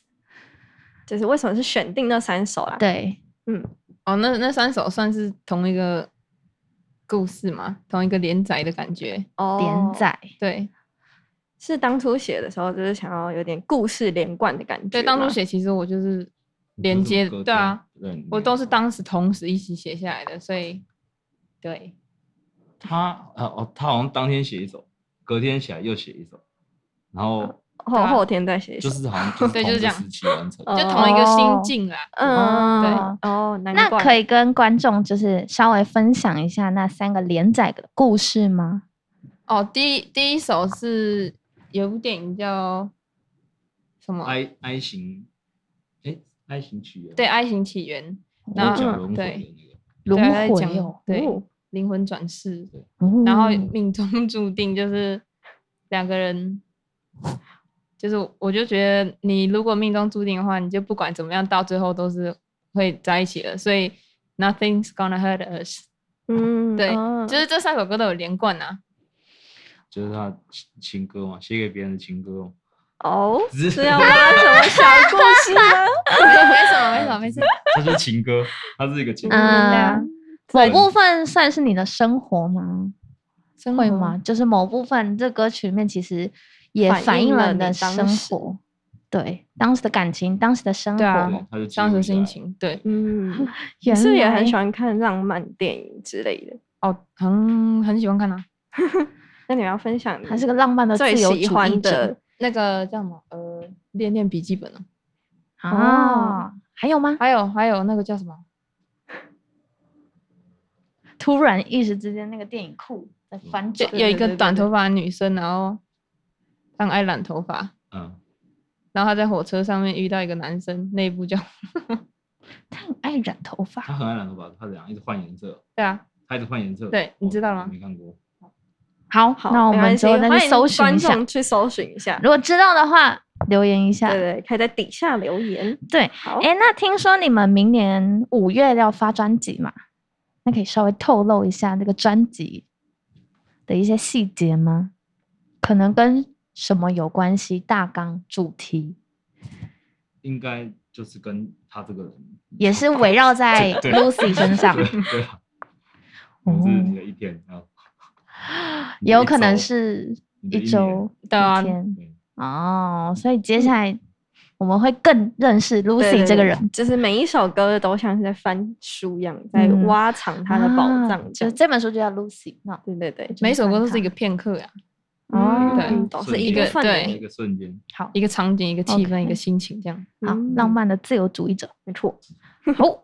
[SPEAKER 3] 就是为什么是选定那三首啦？，
[SPEAKER 2] 对，
[SPEAKER 3] 嗯，
[SPEAKER 4] 哦，那那三首算是同一个故事嘛，同一个连载的感觉。
[SPEAKER 3] 哦
[SPEAKER 2] 连载，
[SPEAKER 4] 对
[SPEAKER 3] 是当初写的时候，就是想要有点故事连贯的感觉吗。
[SPEAKER 4] 对，当初写其实我就是连接的，对啊，，
[SPEAKER 5] 对，
[SPEAKER 4] 我都是当时同时一起写下来的，所以对
[SPEAKER 5] 他呃哦，他好像当天写一首，隔天起来又写一首，然后
[SPEAKER 3] 后
[SPEAKER 2] 啊
[SPEAKER 3] 后天再写一首，
[SPEAKER 5] 就是好像就是
[SPEAKER 4] 啊 (laughs) 对
[SPEAKER 5] 同
[SPEAKER 4] 就
[SPEAKER 5] 一
[SPEAKER 4] 是这
[SPEAKER 5] 个
[SPEAKER 4] 样
[SPEAKER 5] 时期完成的。
[SPEAKER 4] 就
[SPEAKER 3] 哦
[SPEAKER 4] 同一个
[SPEAKER 2] 哦
[SPEAKER 4] 心境啦。
[SPEAKER 3] 嗯，
[SPEAKER 4] 对
[SPEAKER 2] 哦
[SPEAKER 3] 哦，难
[SPEAKER 2] 那
[SPEAKER 3] 怪
[SPEAKER 2] 可以跟观众就是稍微分享一下那三个连载的故事吗？
[SPEAKER 4] 哦，第一第一首是有部电影叫什么？
[SPEAKER 5] I I 型，哎，I 型起源，
[SPEAKER 4] 对，《爱情起源》
[SPEAKER 5] 然
[SPEAKER 4] 然
[SPEAKER 5] 后
[SPEAKER 4] 后
[SPEAKER 5] 讲轮回的
[SPEAKER 4] 对
[SPEAKER 5] 那个，
[SPEAKER 2] 轮
[SPEAKER 4] 对，他在
[SPEAKER 2] 回
[SPEAKER 4] 讲
[SPEAKER 2] 哦，
[SPEAKER 4] 对
[SPEAKER 3] 哦
[SPEAKER 4] 灵魂转世，
[SPEAKER 2] 哦
[SPEAKER 4] 然后命中 (laughs) 注定就是两个人，就是我就觉得你如果命中注定的话，你就不管怎么样，到最后都是会在一起的，所以 nothing's gonna hurt us。
[SPEAKER 3] 嗯，
[SPEAKER 4] 对
[SPEAKER 3] 哦
[SPEAKER 4] 就是这三首歌都有连贯啊， (laughs)
[SPEAKER 5] 就是他情情歌嘛，写给别人的情歌哦，
[SPEAKER 3] 哦，
[SPEAKER 5] 只
[SPEAKER 3] 是要拉什么小故
[SPEAKER 2] (laughs)
[SPEAKER 3] 事吗？
[SPEAKER 4] 没没什么没什么
[SPEAKER 5] 啊
[SPEAKER 4] 没事，，
[SPEAKER 5] 这就是情歌，它是一个情歌。
[SPEAKER 2] 嗯，某
[SPEAKER 5] 对
[SPEAKER 2] 部分算是你的生活吗？
[SPEAKER 4] (laughs) 真
[SPEAKER 2] 会吗？？就是某部分这歌曲里面其实也
[SPEAKER 3] 反
[SPEAKER 2] 反
[SPEAKER 3] 映
[SPEAKER 2] 映了
[SPEAKER 3] 了你
[SPEAKER 2] 你的
[SPEAKER 3] 当
[SPEAKER 2] 生
[SPEAKER 3] 时
[SPEAKER 2] 活，对当时的感情，当时的生活。
[SPEAKER 4] 对啊
[SPEAKER 5] 对，它是
[SPEAKER 4] 当时的
[SPEAKER 5] 记录
[SPEAKER 4] 心
[SPEAKER 5] 下来。
[SPEAKER 4] 情，对，
[SPEAKER 3] 嗯，你
[SPEAKER 2] 原
[SPEAKER 3] 是不是也很喜
[SPEAKER 2] 来
[SPEAKER 3] 欢看浪漫电影之类的？
[SPEAKER 4] 哦，很很喜欢看啊，
[SPEAKER 3] 那你要分享
[SPEAKER 2] 还是个浪漫的自
[SPEAKER 3] 最
[SPEAKER 2] 由主
[SPEAKER 3] 喜
[SPEAKER 2] 义
[SPEAKER 3] 欢
[SPEAKER 2] 者哦
[SPEAKER 3] 的
[SPEAKER 4] 那个叫什么？呃，《恋恋笔记本》啊，
[SPEAKER 2] 啊？还有吗？
[SPEAKER 4] 还有还有那个叫什么？
[SPEAKER 2] 突然一时之间，那个电影库在翻
[SPEAKER 4] 就
[SPEAKER 2] 转，
[SPEAKER 4] 有一个短头
[SPEAKER 2] 发，
[SPEAKER 4] 发的女生，然后她很爱染头发，
[SPEAKER 5] 嗯，
[SPEAKER 4] 然后她在火车上面遇到一个男生，那一部叫
[SPEAKER 2] 他很爱染头
[SPEAKER 5] 他
[SPEAKER 2] 发，
[SPEAKER 5] 很爱染头发，他怎样一直换颜色，
[SPEAKER 4] 对啊，
[SPEAKER 5] 他一直换颜色。
[SPEAKER 4] 对你
[SPEAKER 5] 哦
[SPEAKER 4] 知道吗
[SPEAKER 5] 我没看过。
[SPEAKER 2] 好，
[SPEAKER 3] 好，
[SPEAKER 2] 那我
[SPEAKER 3] 没关
[SPEAKER 2] 们
[SPEAKER 3] 系
[SPEAKER 2] 之后再去搜寻一
[SPEAKER 3] 欢迎观
[SPEAKER 2] 下，
[SPEAKER 3] 众去搜寻一下
[SPEAKER 2] 如。果知道的话留言一下
[SPEAKER 3] 对。对，可以在底下留言。
[SPEAKER 2] 对，
[SPEAKER 3] 好，
[SPEAKER 2] 哎，那听说你们明年五月要发专辑嘛？那可以稍微透露一下这个专辑的一些细节吗？可能跟什么有关系？大纲、主题
[SPEAKER 5] 应该就是跟他这个人
[SPEAKER 2] 也是围绕在
[SPEAKER 5] 对
[SPEAKER 2] Lucy 身上，
[SPEAKER 5] 对对啊，
[SPEAKER 2] 哦
[SPEAKER 5] 你是你的一天啊，
[SPEAKER 2] 也有可能
[SPEAKER 5] 你的
[SPEAKER 2] 是一
[SPEAKER 5] 一周你的一嗯
[SPEAKER 2] 周、
[SPEAKER 4] 对啊
[SPEAKER 2] 一天
[SPEAKER 5] 对
[SPEAKER 2] 哦。所以接下来我们会更认识 Lucy 这个人，
[SPEAKER 3] 就是每一首歌都像是在翻书一样，在
[SPEAKER 2] 嗯
[SPEAKER 3] 挖藏他的宝藏
[SPEAKER 2] 啊
[SPEAKER 3] 这
[SPEAKER 2] 就
[SPEAKER 3] 样。
[SPEAKER 2] 这本书就叫 Lucy 那
[SPEAKER 3] 对对对，
[SPEAKER 4] 每首歌都是一个片刻呀、
[SPEAKER 2] 哦
[SPEAKER 5] 对
[SPEAKER 3] 嗯都是
[SPEAKER 5] 瞬
[SPEAKER 3] 一个
[SPEAKER 5] 间
[SPEAKER 3] 范
[SPEAKER 4] 对
[SPEAKER 5] 一个瞬间，
[SPEAKER 2] 好
[SPEAKER 4] 一个场景、一个气氛
[SPEAKER 2] OK
[SPEAKER 4] 一个心情这样。
[SPEAKER 2] 好
[SPEAKER 3] 嗯
[SPEAKER 2] 浪漫的自由主义者，
[SPEAKER 3] 没错。
[SPEAKER 2] (laughs) 好。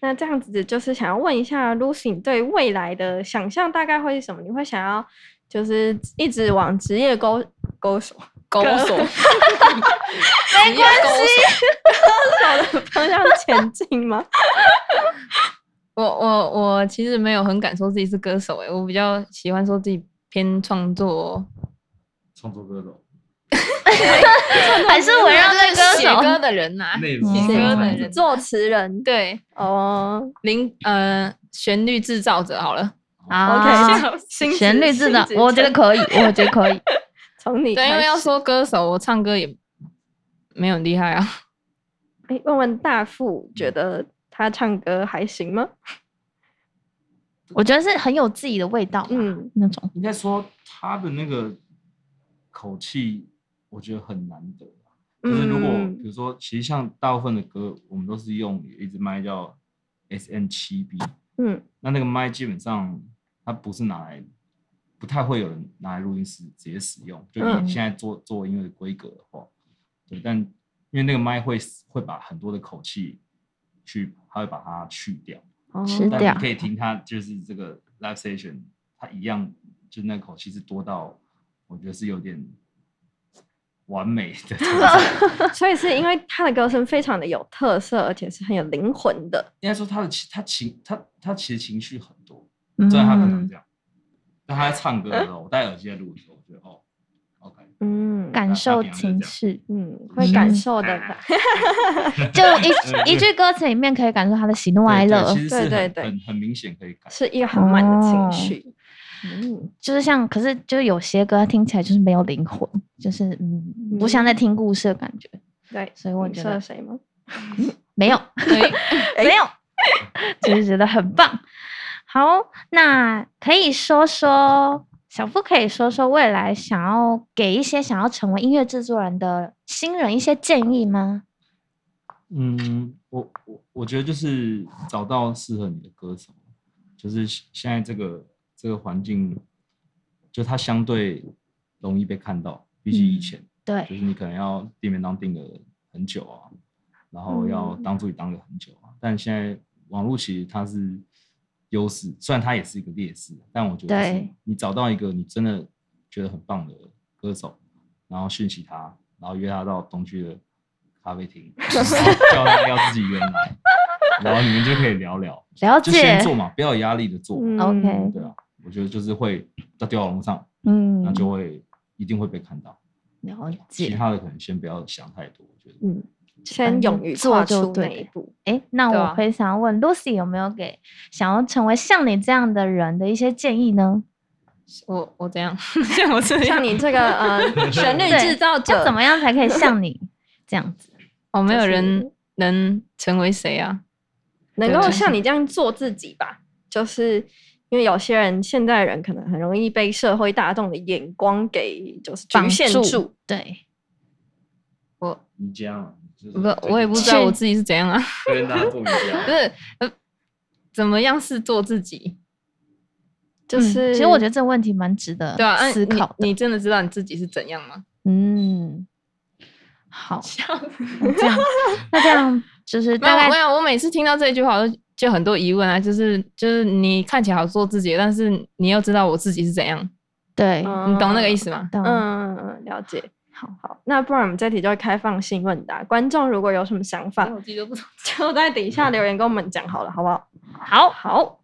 [SPEAKER 3] 那这样子就是想要问一下 Lucy，你对未来的想象大概会是什么？你会想要就是一直往职业勾勾手 (laughs)
[SPEAKER 4] 狗 (laughs) 手，没关系。
[SPEAKER 3] 的方向前进
[SPEAKER 4] (laughs)
[SPEAKER 3] 吗？
[SPEAKER 4] 我我我其实没有很敢说自己是歌手诶、欸我比较喜欢说自己偏创作，哦
[SPEAKER 5] 创作歌手
[SPEAKER 2] (laughs) 还是围绕在
[SPEAKER 4] 就是写
[SPEAKER 2] 歌
[SPEAKER 4] 啊歌
[SPEAKER 2] 手。
[SPEAKER 4] 的人呐、
[SPEAKER 5] 内容
[SPEAKER 4] 啊写歌的人
[SPEAKER 3] 作词人
[SPEAKER 4] 对，
[SPEAKER 3] 哦
[SPEAKER 4] 零呃旋律制造者好了， (laughs)
[SPEAKER 2] 啊
[SPEAKER 3] ，OK，新职
[SPEAKER 2] 旋律制造，我觉得可以，我觉得可以。
[SPEAKER 3] 从你
[SPEAKER 4] 对，因
[SPEAKER 3] 开
[SPEAKER 4] 为要
[SPEAKER 3] 始
[SPEAKER 4] 说歌手，我唱歌也没有很厉害啊。
[SPEAKER 3] 哎，问问大富，觉得他唱歌还行吗？
[SPEAKER 2] 我觉得是很有自己的味道，嗯，
[SPEAKER 3] 嗯，
[SPEAKER 2] 那种
[SPEAKER 5] 应该说他的那个口气，我觉得很难得。啊就是如果
[SPEAKER 3] 嗯
[SPEAKER 5] 比如说，其实像大部分的歌，我们都是用一支麦叫 S N 七 B，
[SPEAKER 3] 嗯，
[SPEAKER 5] 那那个麦基本上它不是拿来，不太会有人拿来录音室直接使用。就
[SPEAKER 3] 嗯
[SPEAKER 5] 你现在做、做音乐的规格的话，对，但因为那个麦会会把很多的口气去，它会把它去掉，
[SPEAKER 3] 哦
[SPEAKER 2] 吃
[SPEAKER 5] 但
[SPEAKER 2] 掉
[SPEAKER 5] 你可以听它就是这个 live session，它一样就是那口气是多到我觉得是有点完美的程度。 (laughs)
[SPEAKER 3] 所以是因为他的歌声非常的有特色，而且是很有灵魂的。
[SPEAKER 5] 应该说他的情，他情，他他其实情绪很多，
[SPEAKER 2] 嗯
[SPEAKER 5] 虽然他可能这样，但他在唱歌的时候，我戴耳机在录的时候，我觉得哦，OK，
[SPEAKER 3] 嗯，
[SPEAKER 2] 感受
[SPEAKER 5] 啊
[SPEAKER 2] 情绪，
[SPEAKER 3] 嗯会感受的吧。
[SPEAKER 2] 就 (laughs) 一一句歌词里面可以感受他的喜怒哀
[SPEAKER 5] 对嗯对
[SPEAKER 2] 乐
[SPEAKER 5] 其，实是
[SPEAKER 3] 对对
[SPEAKER 5] 很
[SPEAKER 3] 对
[SPEAKER 5] 很很明显可以感受。
[SPEAKER 3] 是一个很满的
[SPEAKER 2] 哦
[SPEAKER 3] 情绪。嗯，
[SPEAKER 2] 就是像，可是就是有些歌听起来就是没有灵魂，就是嗯，不像在听故事的感觉，
[SPEAKER 3] 对，
[SPEAKER 2] 所以我
[SPEAKER 3] 你
[SPEAKER 2] 觉
[SPEAKER 3] 说
[SPEAKER 2] 得
[SPEAKER 3] 的谁吗？
[SPEAKER 2] 没有。 (laughs) 没有，就是觉得很棒。 (laughs) 好，那可以说说小付，可以说说未来想要给一些想要成为音乐制作人的新人一些建议吗？
[SPEAKER 5] 嗯，我我我觉得就是找到适合你的歌手，就是现现在这个这个环境，就它相对容易被看到，比起以
[SPEAKER 2] 嗯
[SPEAKER 5] 前。就
[SPEAKER 2] 对，
[SPEAKER 5] 是你可能要店面当定个很久啊，然后要
[SPEAKER 2] 嗯
[SPEAKER 5] 当助理当个很久啊。但现在网络其实它是优势，虽然它也是一个劣势，但我觉得就是
[SPEAKER 2] 对
[SPEAKER 5] 你找到一个你真的觉得很棒的歌手，然后讯息他，然后约他到东区的咖啡厅，然
[SPEAKER 2] (laughs)
[SPEAKER 5] 后叫他要自己人来，然后你们就可以聊聊，
[SPEAKER 2] 了
[SPEAKER 5] 就先
[SPEAKER 2] 解。
[SPEAKER 5] 做嘛，不要有压力的做，
[SPEAKER 3] 嗯
[SPEAKER 2] OK
[SPEAKER 5] 对啊，我觉得就是会到掉到网络上，那
[SPEAKER 2] 嗯，
[SPEAKER 5] 就会一定会被看到。
[SPEAKER 2] 了
[SPEAKER 5] 其
[SPEAKER 2] 解。
[SPEAKER 5] 他的可能先不要想太多，我觉得。
[SPEAKER 3] 嗯，先勇于
[SPEAKER 2] 做
[SPEAKER 3] 跨
[SPEAKER 2] 就
[SPEAKER 3] 出那
[SPEAKER 2] 对
[SPEAKER 3] 一步。
[SPEAKER 2] (laughs) 哎，那
[SPEAKER 4] 对
[SPEAKER 2] 我
[SPEAKER 4] 啊
[SPEAKER 2] 会想要问 Lucy 有没有给想要成为像你这样的人的一些建议呢？
[SPEAKER 4] (laughs) 我我怎样？ (laughs) 像我这样
[SPEAKER 3] 像，你这个
[SPEAKER 2] (laughs)
[SPEAKER 3] 呃旋律
[SPEAKER 2] 对
[SPEAKER 3] 制造者，
[SPEAKER 2] 就怎么样才可以
[SPEAKER 4] (laughs)
[SPEAKER 2] 像你这样子？
[SPEAKER 4] 哦，没有
[SPEAKER 3] 就是
[SPEAKER 4] 人能成为谁啊？
[SPEAKER 3] 能够
[SPEAKER 4] 对
[SPEAKER 3] 像你这样做自己吧？就是因为有些人现在人可能很容易被社会大众的眼光给就是局
[SPEAKER 2] 绑
[SPEAKER 3] 限
[SPEAKER 2] 住
[SPEAKER 3] 住。
[SPEAKER 2] 对，
[SPEAKER 4] 我
[SPEAKER 5] 瑜伽嘛，就是
[SPEAKER 4] 不，我也不知道我自己是怎样啊。
[SPEAKER 5] (laughs)
[SPEAKER 4] (laughs)
[SPEAKER 5] 跟大家做瑜
[SPEAKER 4] 不
[SPEAKER 5] 伽。
[SPEAKER 4] 是，呃，怎么样是做自己？
[SPEAKER 3] 就
[SPEAKER 2] 嗯
[SPEAKER 3] 是、
[SPEAKER 2] 其实我觉得这个问题蛮值得
[SPEAKER 4] 对啊，啊
[SPEAKER 2] 思考
[SPEAKER 4] 你
[SPEAKER 2] 的。
[SPEAKER 4] 你真的知道你自己是怎样吗？
[SPEAKER 2] 嗯，
[SPEAKER 4] (laughs)
[SPEAKER 2] 好，那这样，那这样就是
[SPEAKER 4] 没有，
[SPEAKER 2] 大
[SPEAKER 4] 没
[SPEAKER 2] 概
[SPEAKER 4] 有，我每次听到这句话，我就就很多疑问啊，就是就是你看起来好做自己，但是你又知道我自己是怎样，
[SPEAKER 2] 对，
[SPEAKER 4] 你懂那个意
[SPEAKER 3] 思？
[SPEAKER 4] 思吗？
[SPEAKER 2] 懂
[SPEAKER 3] 嗯，嗯了解。
[SPEAKER 2] 好
[SPEAKER 3] 好，那不然我们这题就会开放性问答，观众如果有什么想法，
[SPEAKER 2] 嗯
[SPEAKER 4] 自己都不懂。
[SPEAKER 3] (laughs) 就在底下留言跟我们讲好了，好不好？
[SPEAKER 2] 好，
[SPEAKER 3] 好，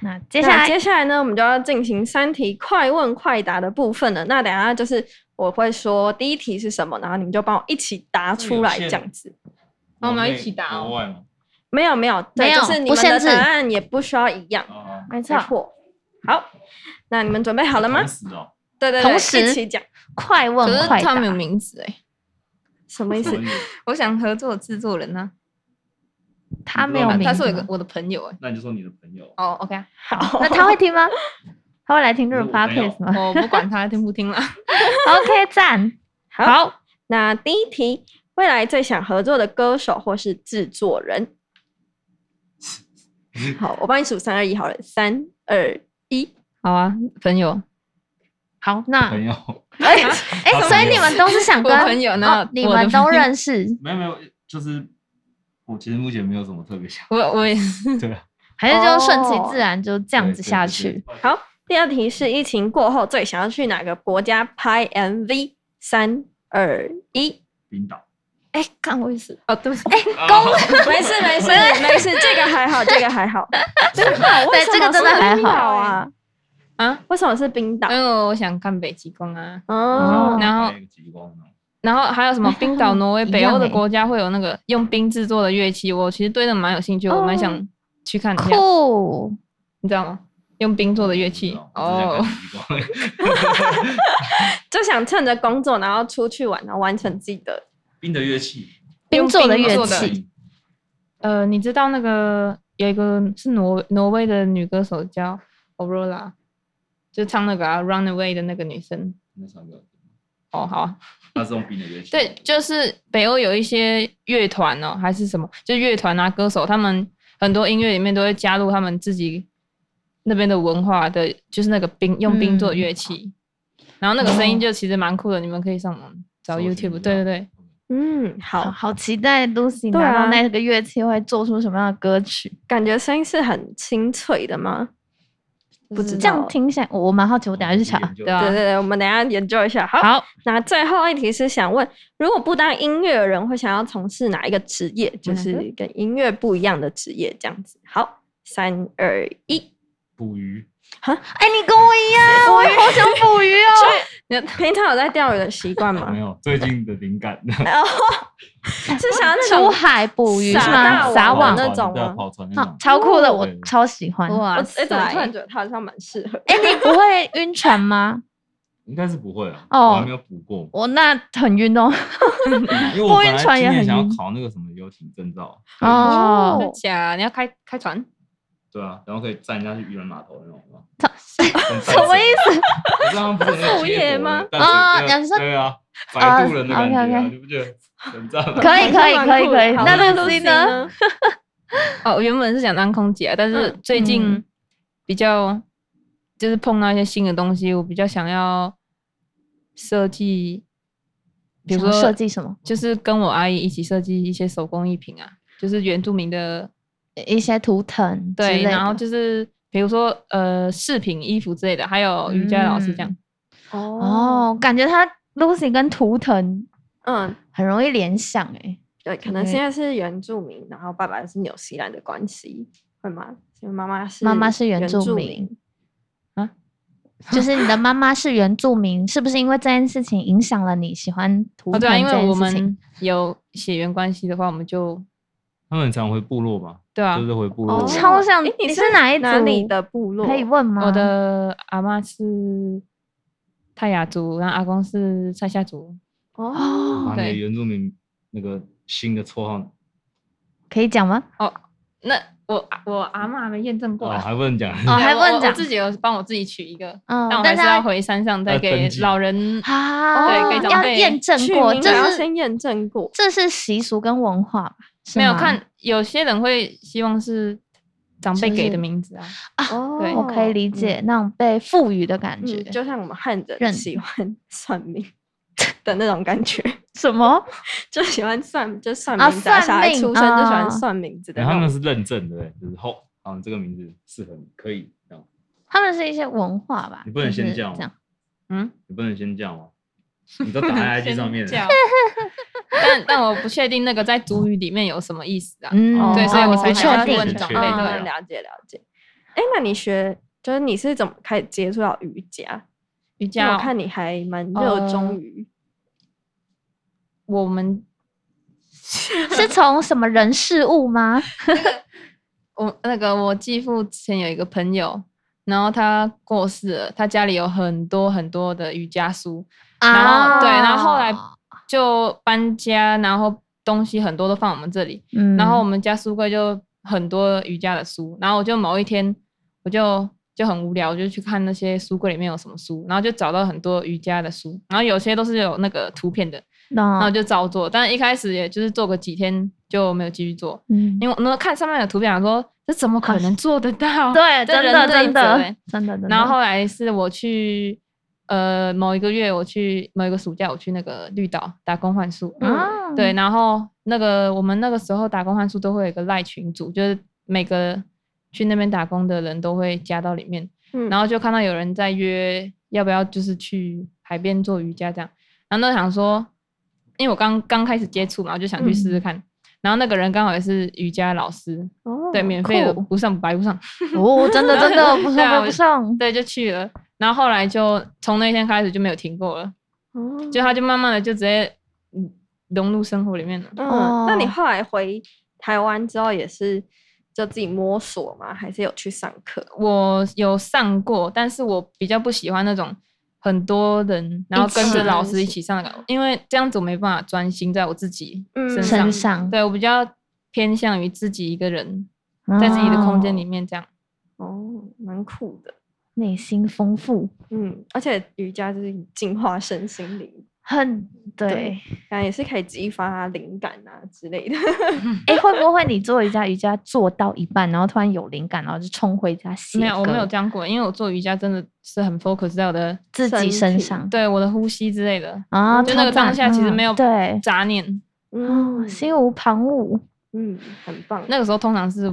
[SPEAKER 2] 那接
[SPEAKER 3] 接
[SPEAKER 2] 下来
[SPEAKER 3] 接下来呢，我们就要进行三题快问快答的部分了。那等一下就是我会说第一题是什么，然后你们就帮我一起
[SPEAKER 2] 哎
[SPEAKER 3] 答出来，
[SPEAKER 5] 有
[SPEAKER 3] 这
[SPEAKER 5] 限
[SPEAKER 3] 样子。
[SPEAKER 4] 那我们要一起打哦
[SPEAKER 5] 国外嘛，
[SPEAKER 3] 没有没有，对
[SPEAKER 2] 没有
[SPEAKER 3] 就是你
[SPEAKER 2] 不
[SPEAKER 3] 们
[SPEAKER 2] 限
[SPEAKER 3] 的
[SPEAKER 2] 制
[SPEAKER 3] 答案也不需要一样，
[SPEAKER 5] 啊，
[SPEAKER 2] 没
[SPEAKER 3] 没
[SPEAKER 2] 错，
[SPEAKER 3] 错。好，那你们准备好了吗
[SPEAKER 5] 同？时哦，
[SPEAKER 3] 对对对，
[SPEAKER 2] 同
[SPEAKER 3] 一
[SPEAKER 2] 时
[SPEAKER 3] 起讲，
[SPEAKER 2] 快问
[SPEAKER 4] 可是
[SPEAKER 2] 快
[SPEAKER 4] 他们有
[SPEAKER 2] 答，
[SPEAKER 4] 名字哎，
[SPEAKER 3] 什么意
[SPEAKER 2] (laughs)
[SPEAKER 3] 思
[SPEAKER 5] 所？以
[SPEAKER 4] 我想合作制作人呢，
[SPEAKER 2] 他没有
[SPEAKER 5] 啊
[SPEAKER 2] 名字吗，
[SPEAKER 4] 他是我一个我的朋友哎。
[SPEAKER 5] 那你就说你的朋友，
[SPEAKER 4] 哦，OK，啊 (laughs)
[SPEAKER 3] 好
[SPEAKER 2] 那他会听吗？ (laughs) 他会来听这种
[SPEAKER 5] 我没有
[SPEAKER 2] podcast 吗
[SPEAKER 4] 我不管他听不听啦。
[SPEAKER 2] ？OK，赞，
[SPEAKER 3] 好，那第一题，未来最想合作的歌手或是制作人？好，我帮你数三二一好了，三二一。
[SPEAKER 4] 好啊，朋友，
[SPEAKER 2] 好，
[SPEAKER 4] 啊
[SPEAKER 2] 那
[SPEAKER 5] 朋友
[SPEAKER 2] 哎
[SPEAKER 5] 他
[SPEAKER 2] 哎，
[SPEAKER 5] 是
[SPEAKER 2] 所以
[SPEAKER 5] 我
[SPEAKER 2] 你们都是想
[SPEAKER 4] 我
[SPEAKER 2] 跟
[SPEAKER 4] 朋友呢
[SPEAKER 2] 哦，你
[SPEAKER 4] 我的
[SPEAKER 2] 们都
[SPEAKER 4] 朋友
[SPEAKER 2] 认识，
[SPEAKER 5] 没有没有，就是我其实目前没有什么特别想，
[SPEAKER 4] (laughs) 我我也
[SPEAKER 5] 对啊，
[SPEAKER 2] (laughs) 还是就顺其
[SPEAKER 3] 哦
[SPEAKER 2] 自然就这
[SPEAKER 5] 这
[SPEAKER 2] 样子下
[SPEAKER 5] 哦
[SPEAKER 2] 去？。
[SPEAKER 3] 好，第二题是疫情过后最想要去哪个国家拍 MV？三二一，
[SPEAKER 5] 冰岛，
[SPEAKER 2] 哎，看我也是，
[SPEAKER 4] 哦，对不起，
[SPEAKER 5] 公
[SPEAKER 3] 没事没事没事，这个还好，这个还好。
[SPEAKER 2] 对，这个真的还
[SPEAKER 3] 冰岛
[SPEAKER 2] 好，嗯
[SPEAKER 3] 啊？
[SPEAKER 4] 啊，
[SPEAKER 3] 为什么是冰岛
[SPEAKER 4] 因？为我想看北极光啊。
[SPEAKER 5] 嗯
[SPEAKER 3] 哦，
[SPEAKER 4] 然后
[SPEAKER 5] 极光呢？
[SPEAKER 4] 然后还有什么
[SPEAKER 2] 哎
[SPEAKER 4] 冰岛、挪威、
[SPEAKER 2] 一
[SPEAKER 4] 北
[SPEAKER 2] 样
[SPEAKER 4] 欧的
[SPEAKER 2] 欸
[SPEAKER 4] 国家会有那个用冰制作的乐器，我其实对那蛮有兴趣，我蛮
[SPEAKER 3] 哦
[SPEAKER 4] 想去看一下，
[SPEAKER 2] 酷，
[SPEAKER 4] 你知道吗？用冰做的乐
[SPEAKER 5] 不
[SPEAKER 4] 器
[SPEAKER 5] 知道我
[SPEAKER 4] 哦，，
[SPEAKER 5] 只想看极光 (laughs)
[SPEAKER 3] 就想趁着工作，然后出去玩，然后完成自己的。
[SPEAKER 5] 冰的乐器，
[SPEAKER 4] (laughs)
[SPEAKER 2] 冰做的
[SPEAKER 4] 用冰
[SPEAKER 2] 乐
[SPEAKER 4] 做的
[SPEAKER 2] 器，
[SPEAKER 4] 呃，你知道那个有一个是挪挪威的女歌手叫 Aurora，就唱那个、啊《Runaway》的那个女生，
[SPEAKER 5] 那首歌
[SPEAKER 4] 哦，好啊，
[SPEAKER 5] 他是用比的乐器。
[SPEAKER 4] 对，就是北欧有一些乐团哦，还是什么，就乐团啊，歌手他们很多音乐里面都会加入他们自己那边的文化的，就是那个冰用冰做的乐器，然后那个声音就其实蛮酷的，你们可以上网找
[SPEAKER 5] 搜寻一
[SPEAKER 4] YouTube，
[SPEAKER 5] 下
[SPEAKER 4] 对对对，
[SPEAKER 3] 嗯，
[SPEAKER 2] 好
[SPEAKER 3] 好，
[SPEAKER 2] 哦好期待 Lucy
[SPEAKER 3] 对
[SPEAKER 2] 拿到
[SPEAKER 3] 啊
[SPEAKER 2] 那个乐器会做出什么样的歌曲。
[SPEAKER 3] 感觉声音是很清脆的吗？不知
[SPEAKER 2] 这样
[SPEAKER 3] 道
[SPEAKER 2] 听起来，我我蛮好奇，我等下去查。
[SPEAKER 5] 对
[SPEAKER 4] 对啊
[SPEAKER 3] 对对对，我们等一下研究一下。好，
[SPEAKER 4] 好，
[SPEAKER 3] 那最后一题是想问，如果不当音乐人，会想要从事哪一个职业？就是跟音乐不一样的职业这样子。好，三二一，
[SPEAKER 5] 捕鱼，
[SPEAKER 2] 哎、你跟我一样，我也好想捕鱼哦。
[SPEAKER 3] 你平常有在钓鱼的习惯吗 (laughs)
[SPEAKER 5] 没？有最近的
[SPEAKER 2] (laughs)
[SPEAKER 5] 灵感，
[SPEAKER 3] 是想要那
[SPEAKER 2] 出
[SPEAKER 3] 种
[SPEAKER 2] 海捕鱼
[SPEAKER 3] 撒
[SPEAKER 2] 是
[SPEAKER 3] 大
[SPEAKER 2] 吗？嗯撒
[SPEAKER 3] 网
[SPEAKER 2] 网
[SPEAKER 3] 那
[SPEAKER 5] 对啊
[SPEAKER 3] 种吗
[SPEAKER 5] 跑船那
[SPEAKER 2] 好
[SPEAKER 5] 种，，
[SPEAKER 2] 超酷的，我
[SPEAKER 5] 对
[SPEAKER 2] 超喜欢。哎、
[SPEAKER 3] 我
[SPEAKER 4] 哇
[SPEAKER 3] 哎、怎么突然觉得他好像蛮适合？
[SPEAKER 2] 你不会晕船吗？
[SPEAKER 5] 应该是不会啊，
[SPEAKER 2] 哦
[SPEAKER 5] 我还没有捕过，
[SPEAKER 2] 我那很晕哦。
[SPEAKER 5] 因为我
[SPEAKER 2] 不
[SPEAKER 5] 本
[SPEAKER 2] 晕船
[SPEAKER 5] 来
[SPEAKER 2] 也
[SPEAKER 5] 今
[SPEAKER 2] 很
[SPEAKER 5] 年想要
[SPEAKER 2] 晕
[SPEAKER 5] 考那个什么游艇证照，
[SPEAKER 2] 哦，
[SPEAKER 4] 假，你要开开船，
[SPEAKER 5] 对啊，然后可以载人家去渔人码头那种吗？
[SPEAKER 2] (laughs) 什么意
[SPEAKER 5] (laughs) 思？你知道他们不是有那个
[SPEAKER 3] 副业
[SPEAKER 5] 结果
[SPEAKER 3] 吗
[SPEAKER 5] 的
[SPEAKER 2] 啊
[SPEAKER 5] 淡水对
[SPEAKER 2] 养生
[SPEAKER 5] 对啊， (laughs) 摆渡人的感觉啊，
[SPEAKER 2] OK，OK
[SPEAKER 5] 你不觉得很
[SPEAKER 2] (laughs)
[SPEAKER 5] 赞 (laughs) 吗？
[SPEAKER 2] 可以可以
[SPEAKER 3] 还是蛮
[SPEAKER 2] 可以
[SPEAKER 3] 酷的
[SPEAKER 2] 可以。
[SPEAKER 3] 好
[SPEAKER 2] 那
[SPEAKER 3] 那
[SPEAKER 2] 露西
[SPEAKER 3] Lucy
[SPEAKER 2] 呢？
[SPEAKER 3] 呢？
[SPEAKER 4] 哦，我原本是想当空姐啊，但是
[SPEAKER 3] 嗯
[SPEAKER 4] 最近
[SPEAKER 2] 嗯
[SPEAKER 4] 比较就是碰到一些新的东西，我比较想要设计，比如
[SPEAKER 2] 想
[SPEAKER 4] 说
[SPEAKER 2] 设计什么？
[SPEAKER 4] 就是跟我阿姨一起设计一些手工艺品啊，就是原住民的
[SPEAKER 2] 一些图腾之类
[SPEAKER 4] 对，
[SPEAKER 2] 的
[SPEAKER 4] 然后就是比如说呃饰品、衣服之类的，还有瑜伽老师这样。
[SPEAKER 2] 嗯哦，感觉他 Lucy 跟图腾
[SPEAKER 3] 嗯，
[SPEAKER 2] 很容易联想哎、
[SPEAKER 3] 对，可能现在是原住民，然后爸爸是纽西兰的关系，会吗？因为妈妈是
[SPEAKER 2] 妈妈是原
[SPEAKER 3] 原
[SPEAKER 2] 住
[SPEAKER 3] 住
[SPEAKER 2] 民，就是你的妈妈是原住民， (laughs) 是不是因为这件事情影响了你喜欢图
[SPEAKER 4] 哦，
[SPEAKER 2] 腾
[SPEAKER 4] 对
[SPEAKER 2] 这
[SPEAKER 4] 啊，
[SPEAKER 2] 件
[SPEAKER 4] 因
[SPEAKER 2] 事情？
[SPEAKER 4] 为我们有血缘关系的话，我们就
[SPEAKER 5] 他们很常回部落吧，
[SPEAKER 4] 对啊
[SPEAKER 5] 就，是回部落
[SPEAKER 3] 哦
[SPEAKER 5] 玩。
[SPEAKER 2] 超想、
[SPEAKER 3] 诶
[SPEAKER 2] 你
[SPEAKER 3] 你是
[SPEAKER 2] 是哪一
[SPEAKER 3] 哪
[SPEAKER 2] 组
[SPEAKER 3] 里的部落？
[SPEAKER 2] 可以问吗？
[SPEAKER 4] 我的阿妈是泰雅族，然后阿公是塞夏族。
[SPEAKER 3] 哦，
[SPEAKER 5] 把
[SPEAKER 2] 哦，
[SPEAKER 5] 你的
[SPEAKER 4] 对
[SPEAKER 5] 原住民那个新的绰号，
[SPEAKER 2] 可以讲吗？
[SPEAKER 4] 那我我阿妈还没验证过
[SPEAKER 5] 哦，
[SPEAKER 4] 啊，
[SPEAKER 5] 还不
[SPEAKER 2] (laughs)
[SPEAKER 5] 能讲，
[SPEAKER 2] 哦，
[SPEAKER 4] 对
[SPEAKER 2] 还
[SPEAKER 4] 我
[SPEAKER 2] 问
[SPEAKER 4] 我
[SPEAKER 2] 讲
[SPEAKER 4] 我自己有帮我自己取一个，
[SPEAKER 2] 嗯
[SPEAKER 4] 但我
[SPEAKER 2] 但
[SPEAKER 4] 还
[SPEAKER 2] 是
[SPEAKER 4] 是
[SPEAKER 2] 要
[SPEAKER 4] 要回山上再
[SPEAKER 5] 要
[SPEAKER 4] 给
[SPEAKER 5] 登记
[SPEAKER 4] 老人。
[SPEAKER 2] 啊，
[SPEAKER 4] 对给长
[SPEAKER 2] 要
[SPEAKER 4] 辈
[SPEAKER 2] 验证
[SPEAKER 3] 取
[SPEAKER 2] 过，
[SPEAKER 3] 名
[SPEAKER 2] 这
[SPEAKER 3] 还要
[SPEAKER 2] 是
[SPEAKER 3] 先验证过
[SPEAKER 2] 这是习俗跟文化吧？是
[SPEAKER 4] 没有
[SPEAKER 2] 吗
[SPEAKER 4] 看，有些人会希望是长辈
[SPEAKER 2] 就是
[SPEAKER 4] 给的名字啊，
[SPEAKER 3] 哦
[SPEAKER 4] 对
[SPEAKER 2] 我可以理解、那种被赋予的感觉。
[SPEAKER 3] 嗯，就像我们汉人
[SPEAKER 2] 认
[SPEAKER 3] 喜欢
[SPEAKER 2] (laughs)
[SPEAKER 3] 算命的那种感觉， (laughs)
[SPEAKER 2] 什么？
[SPEAKER 3] 就喜欢算，就算
[SPEAKER 2] 啊
[SPEAKER 3] 命。只要小
[SPEAKER 2] 算
[SPEAKER 3] 孩
[SPEAKER 2] 命
[SPEAKER 3] 出生就喜
[SPEAKER 2] 啊
[SPEAKER 3] 欢算名字的
[SPEAKER 5] 然后他
[SPEAKER 3] 那
[SPEAKER 5] 们
[SPEAKER 3] 种。
[SPEAKER 5] 是认证的，对不对，就是后，啊，你这个名字适合你，可以这样，
[SPEAKER 2] 他们是一些文化吧？
[SPEAKER 5] 你不能
[SPEAKER 2] 就
[SPEAKER 5] 先
[SPEAKER 2] 是
[SPEAKER 5] 叫
[SPEAKER 2] 这样。
[SPEAKER 4] 嗯，
[SPEAKER 5] 你不能先叫吗？你都打
[SPEAKER 4] (laughs)
[SPEAKER 5] 在 IG 上面
[SPEAKER 4] 先
[SPEAKER 2] (laughs)
[SPEAKER 5] 了
[SPEAKER 4] 叫。但但我不确定那个在族语里面有什么意思啊。
[SPEAKER 2] 嗯，
[SPEAKER 4] 对，所以
[SPEAKER 2] 哦
[SPEAKER 4] 我
[SPEAKER 2] 你
[SPEAKER 4] 才
[SPEAKER 2] 不
[SPEAKER 4] 想要
[SPEAKER 2] 确
[SPEAKER 4] 去
[SPEAKER 2] 定
[SPEAKER 4] 问
[SPEAKER 5] 的
[SPEAKER 4] 长辈
[SPEAKER 5] 对
[SPEAKER 3] 啊，
[SPEAKER 5] 对
[SPEAKER 4] 的。
[SPEAKER 3] 了解了解。哎，那你学就是你是怎么开始接触到瑜伽？
[SPEAKER 4] 瑜
[SPEAKER 3] 因为
[SPEAKER 4] 伽
[SPEAKER 3] 我
[SPEAKER 4] 哦，
[SPEAKER 3] 看你还蛮热
[SPEAKER 4] 呃
[SPEAKER 3] 衷于
[SPEAKER 4] 我们
[SPEAKER 2] (laughs) 是从什么人事物吗？
[SPEAKER 4] 我那个我继父之前有一个朋友，然后他过世了，他家里有很多很多的瑜伽书， (laughs) 然后、对，然后后来就搬家，然后东西很多都放我们这里，
[SPEAKER 2] 嗯
[SPEAKER 4] 然后我们家书柜就很多瑜伽的书，然后我就某一天我就就很无聊，我就去看那些书柜里面有什么书，然后就找到很多瑜伽的书，然后有些都是有那个图片的，然后
[SPEAKER 2] 那
[SPEAKER 4] 就照做，但一开始也就是做个几天就没有继续做，
[SPEAKER 2] 嗯，
[SPEAKER 4] 因为我那看上面的图片，想说这怎么可能做得到？
[SPEAKER 2] 对，
[SPEAKER 4] 这
[SPEAKER 2] 真
[SPEAKER 4] 人
[SPEAKER 2] 的
[SPEAKER 4] 这一
[SPEAKER 2] 真
[SPEAKER 4] 折
[SPEAKER 2] 的
[SPEAKER 4] 欸
[SPEAKER 2] 真的真的。
[SPEAKER 4] 然后后来是我去呃某一个月，我去某一个暑假，我去那个绿岛打工换宿，
[SPEAKER 2] 啊，
[SPEAKER 3] 嗯
[SPEAKER 4] 对，然后那个我们那个时候打工换宿都会有一个赖群组，就是每个去那边打工的人都会加到里面，
[SPEAKER 3] 嗯
[SPEAKER 4] 然后就看到有人在约要不要就是去海边做瑜伽这样，然后那想说，因为我刚刚开始接触嘛，我就想去
[SPEAKER 3] 嗯
[SPEAKER 4] 试试看。然后那个人刚好也是瑜伽老师，
[SPEAKER 3] 哦
[SPEAKER 4] 对，免费的
[SPEAKER 2] 酷
[SPEAKER 4] 不上白不上，
[SPEAKER 2] 哦，真的真的不
[SPEAKER 4] 对啊
[SPEAKER 2] 送
[SPEAKER 4] 我
[SPEAKER 2] 不送，
[SPEAKER 4] (laughs) 对，就去了。然后后来就从那一天开始就没有停过了，
[SPEAKER 3] 哦
[SPEAKER 4] 就他就慢慢的就直接嗯融入生活里面了。
[SPEAKER 3] 嗯，那你
[SPEAKER 2] 哦
[SPEAKER 3] 后来回台湾之后也是就自己摸索吗？还是有去上课？
[SPEAKER 4] 我有上过，但是我比较不喜欢那种很多人，然后跟
[SPEAKER 2] 一起
[SPEAKER 4] 着老师一起上的感觉，因为这样子我没办法专心在我自己
[SPEAKER 3] 嗯
[SPEAKER 4] 身上。
[SPEAKER 2] 身上
[SPEAKER 4] 对我比较偏向于自己一个人
[SPEAKER 2] 哦嗯
[SPEAKER 4] 在自己的空间里，面这样。
[SPEAKER 3] 哦，蛮酷的。
[SPEAKER 2] 内心丰富。
[SPEAKER 3] 嗯，而且瑜伽就是净化身心灵，
[SPEAKER 2] 很对
[SPEAKER 3] 对。感觉也是可以激发灵感啊之类的。
[SPEAKER 2] 哎、会不会你做瑜伽，瑜伽做到一半，然后突然有灵感，然后就冲回家写歌？
[SPEAKER 4] 没有，我没有这样过，因为我做瑜伽真的是很 focus 在我的
[SPEAKER 2] 自己
[SPEAKER 3] 身
[SPEAKER 2] 身
[SPEAKER 3] 体
[SPEAKER 2] 上
[SPEAKER 4] 对我的呼吸之类的，
[SPEAKER 2] 啊，
[SPEAKER 4] 就那个
[SPEAKER 2] 超赞
[SPEAKER 4] 当下其实
[SPEAKER 2] 嗯
[SPEAKER 4] 没有嗯
[SPEAKER 2] 对，
[SPEAKER 4] 杂念。
[SPEAKER 2] 哦，心无旁骛。
[SPEAKER 3] 嗯，很棒。
[SPEAKER 4] 那个时候通常是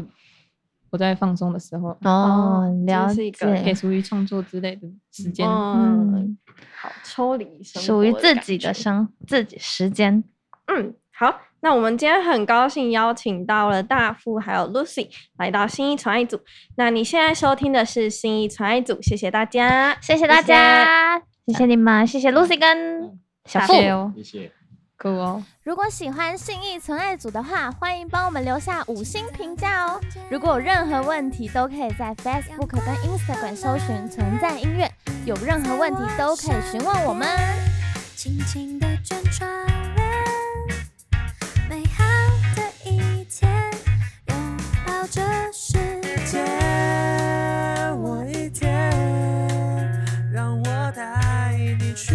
[SPEAKER 4] 我在放松的时候，
[SPEAKER 2] 哦，
[SPEAKER 3] 这
[SPEAKER 2] 了
[SPEAKER 3] 是一
[SPEAKER 2] 解，
[SPEAKER 3] 个
[SPEAKER 4] 也属于创作之类的时间。
[SPEAKER 3] 嗯，
[SPEAKER 2] 嗯，
[SPEAKER 3] 好，抽离生
[SPEAKER 2] 属于
[SPEAKER 3] 活
[SPEAKER 2] 自
[SPEAKER 3] 感
[SPEAKER 2] 己的
[SPEAKER 3] 觉
[SPEAKER 2] 生自己时间。
[SPEAKER 3] 嗯，好，那我们今天很高兴邀请到了大富还有 Lucy 来到新一传爱组。那你现在收听的是新一传爱组，谢谢大家。
[SPEAKER 2] 谢谢大
[SPEAKER 3] 谢
[SPEAKER 2] 家，谢谢你们，
[SPEAKER 4] 嗯
[SPEAKER 2] 谢谢 Lucy 跟小
[SPEAKER 4] 谢
[SPEAKER 2] 付。
[SPEAKER 4] 谢哦
[SPEAKER 5] 谢谢。
[SPEAKER 4] ，Go 哦。
[SPEAKER 1] 如果喜欢信义存爱组的话，欢迎帮我们留下五星评价哦。如果有任何问题，都可以在 Facebook 跟 Instagram 搜寻“存在音乐”，有任何问题都可以询问我们。轻轻地卷窗帘，美好的一天，拥抱这世界。
[SPEAKER 6] 给我一天，让我带你去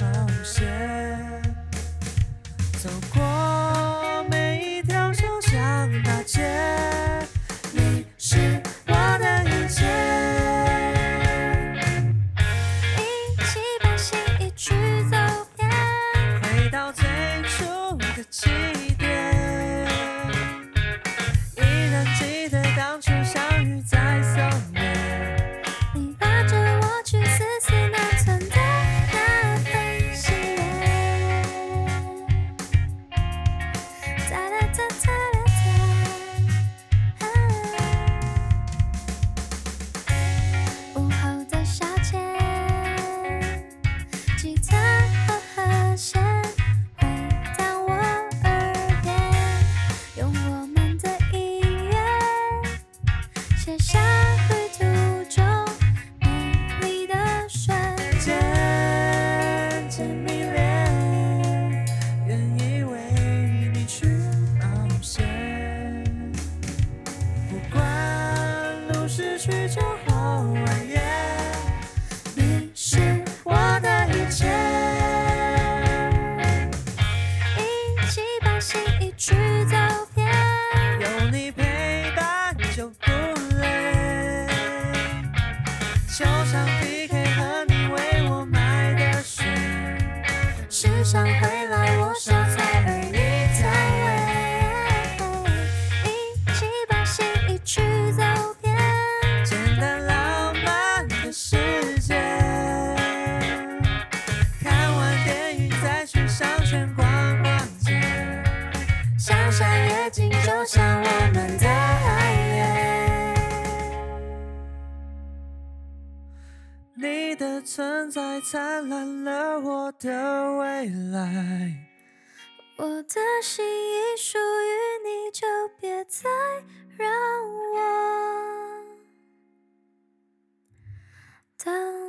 [SPEAKER 6] 冒险，走过每一条小巷大街，你是我的一切。
[SPEAKER 1] 一起把心意去走遍，
[SPEAKER 6] 回到最初的起点，依然记得当初相遇在松烟。
[SPEAKER 1] 你拉着我去思思南村的那份喜悦。哒哒哒哒哒哒，午后的消遣，吉他和和弦回荡我耳边，用我们的音乐。写下旅途中美丽的瞬间。
[SPEAKER 6] 渐渐迷恋，愿意为你去冒险。不管路是曲折或蜿蜒，你是我的一切。
[SPEAKER 1] 一起把心意去走遍，
[SPEAKER 6] 有你陪伴就不累，就像 PK 和你为我买的水，时常回来我
[SPEAKER 1] 我
[SPEAKER 6] 烧
[SPEAKER 1] 说
[SPEAKER 6] 菜
[SPEAKER 1] 菜
[SPEAKER 6] 而
[SPEAKER 1] 而
[SPEAKER 6] 已
[SPEAKER 1] 已
[SPEAKER 6] 在
[SPEAKER 1] 在味。一起把心意去走遍，
[SPEAKER 6] 为，简单浪漫的世界。看完电影再去商圈逛逛街，想想夜景就像我们的爱恋。你的存在灿烂了我的未来，
[SPEAKER 1] 我的心已属于你，就别再让我等。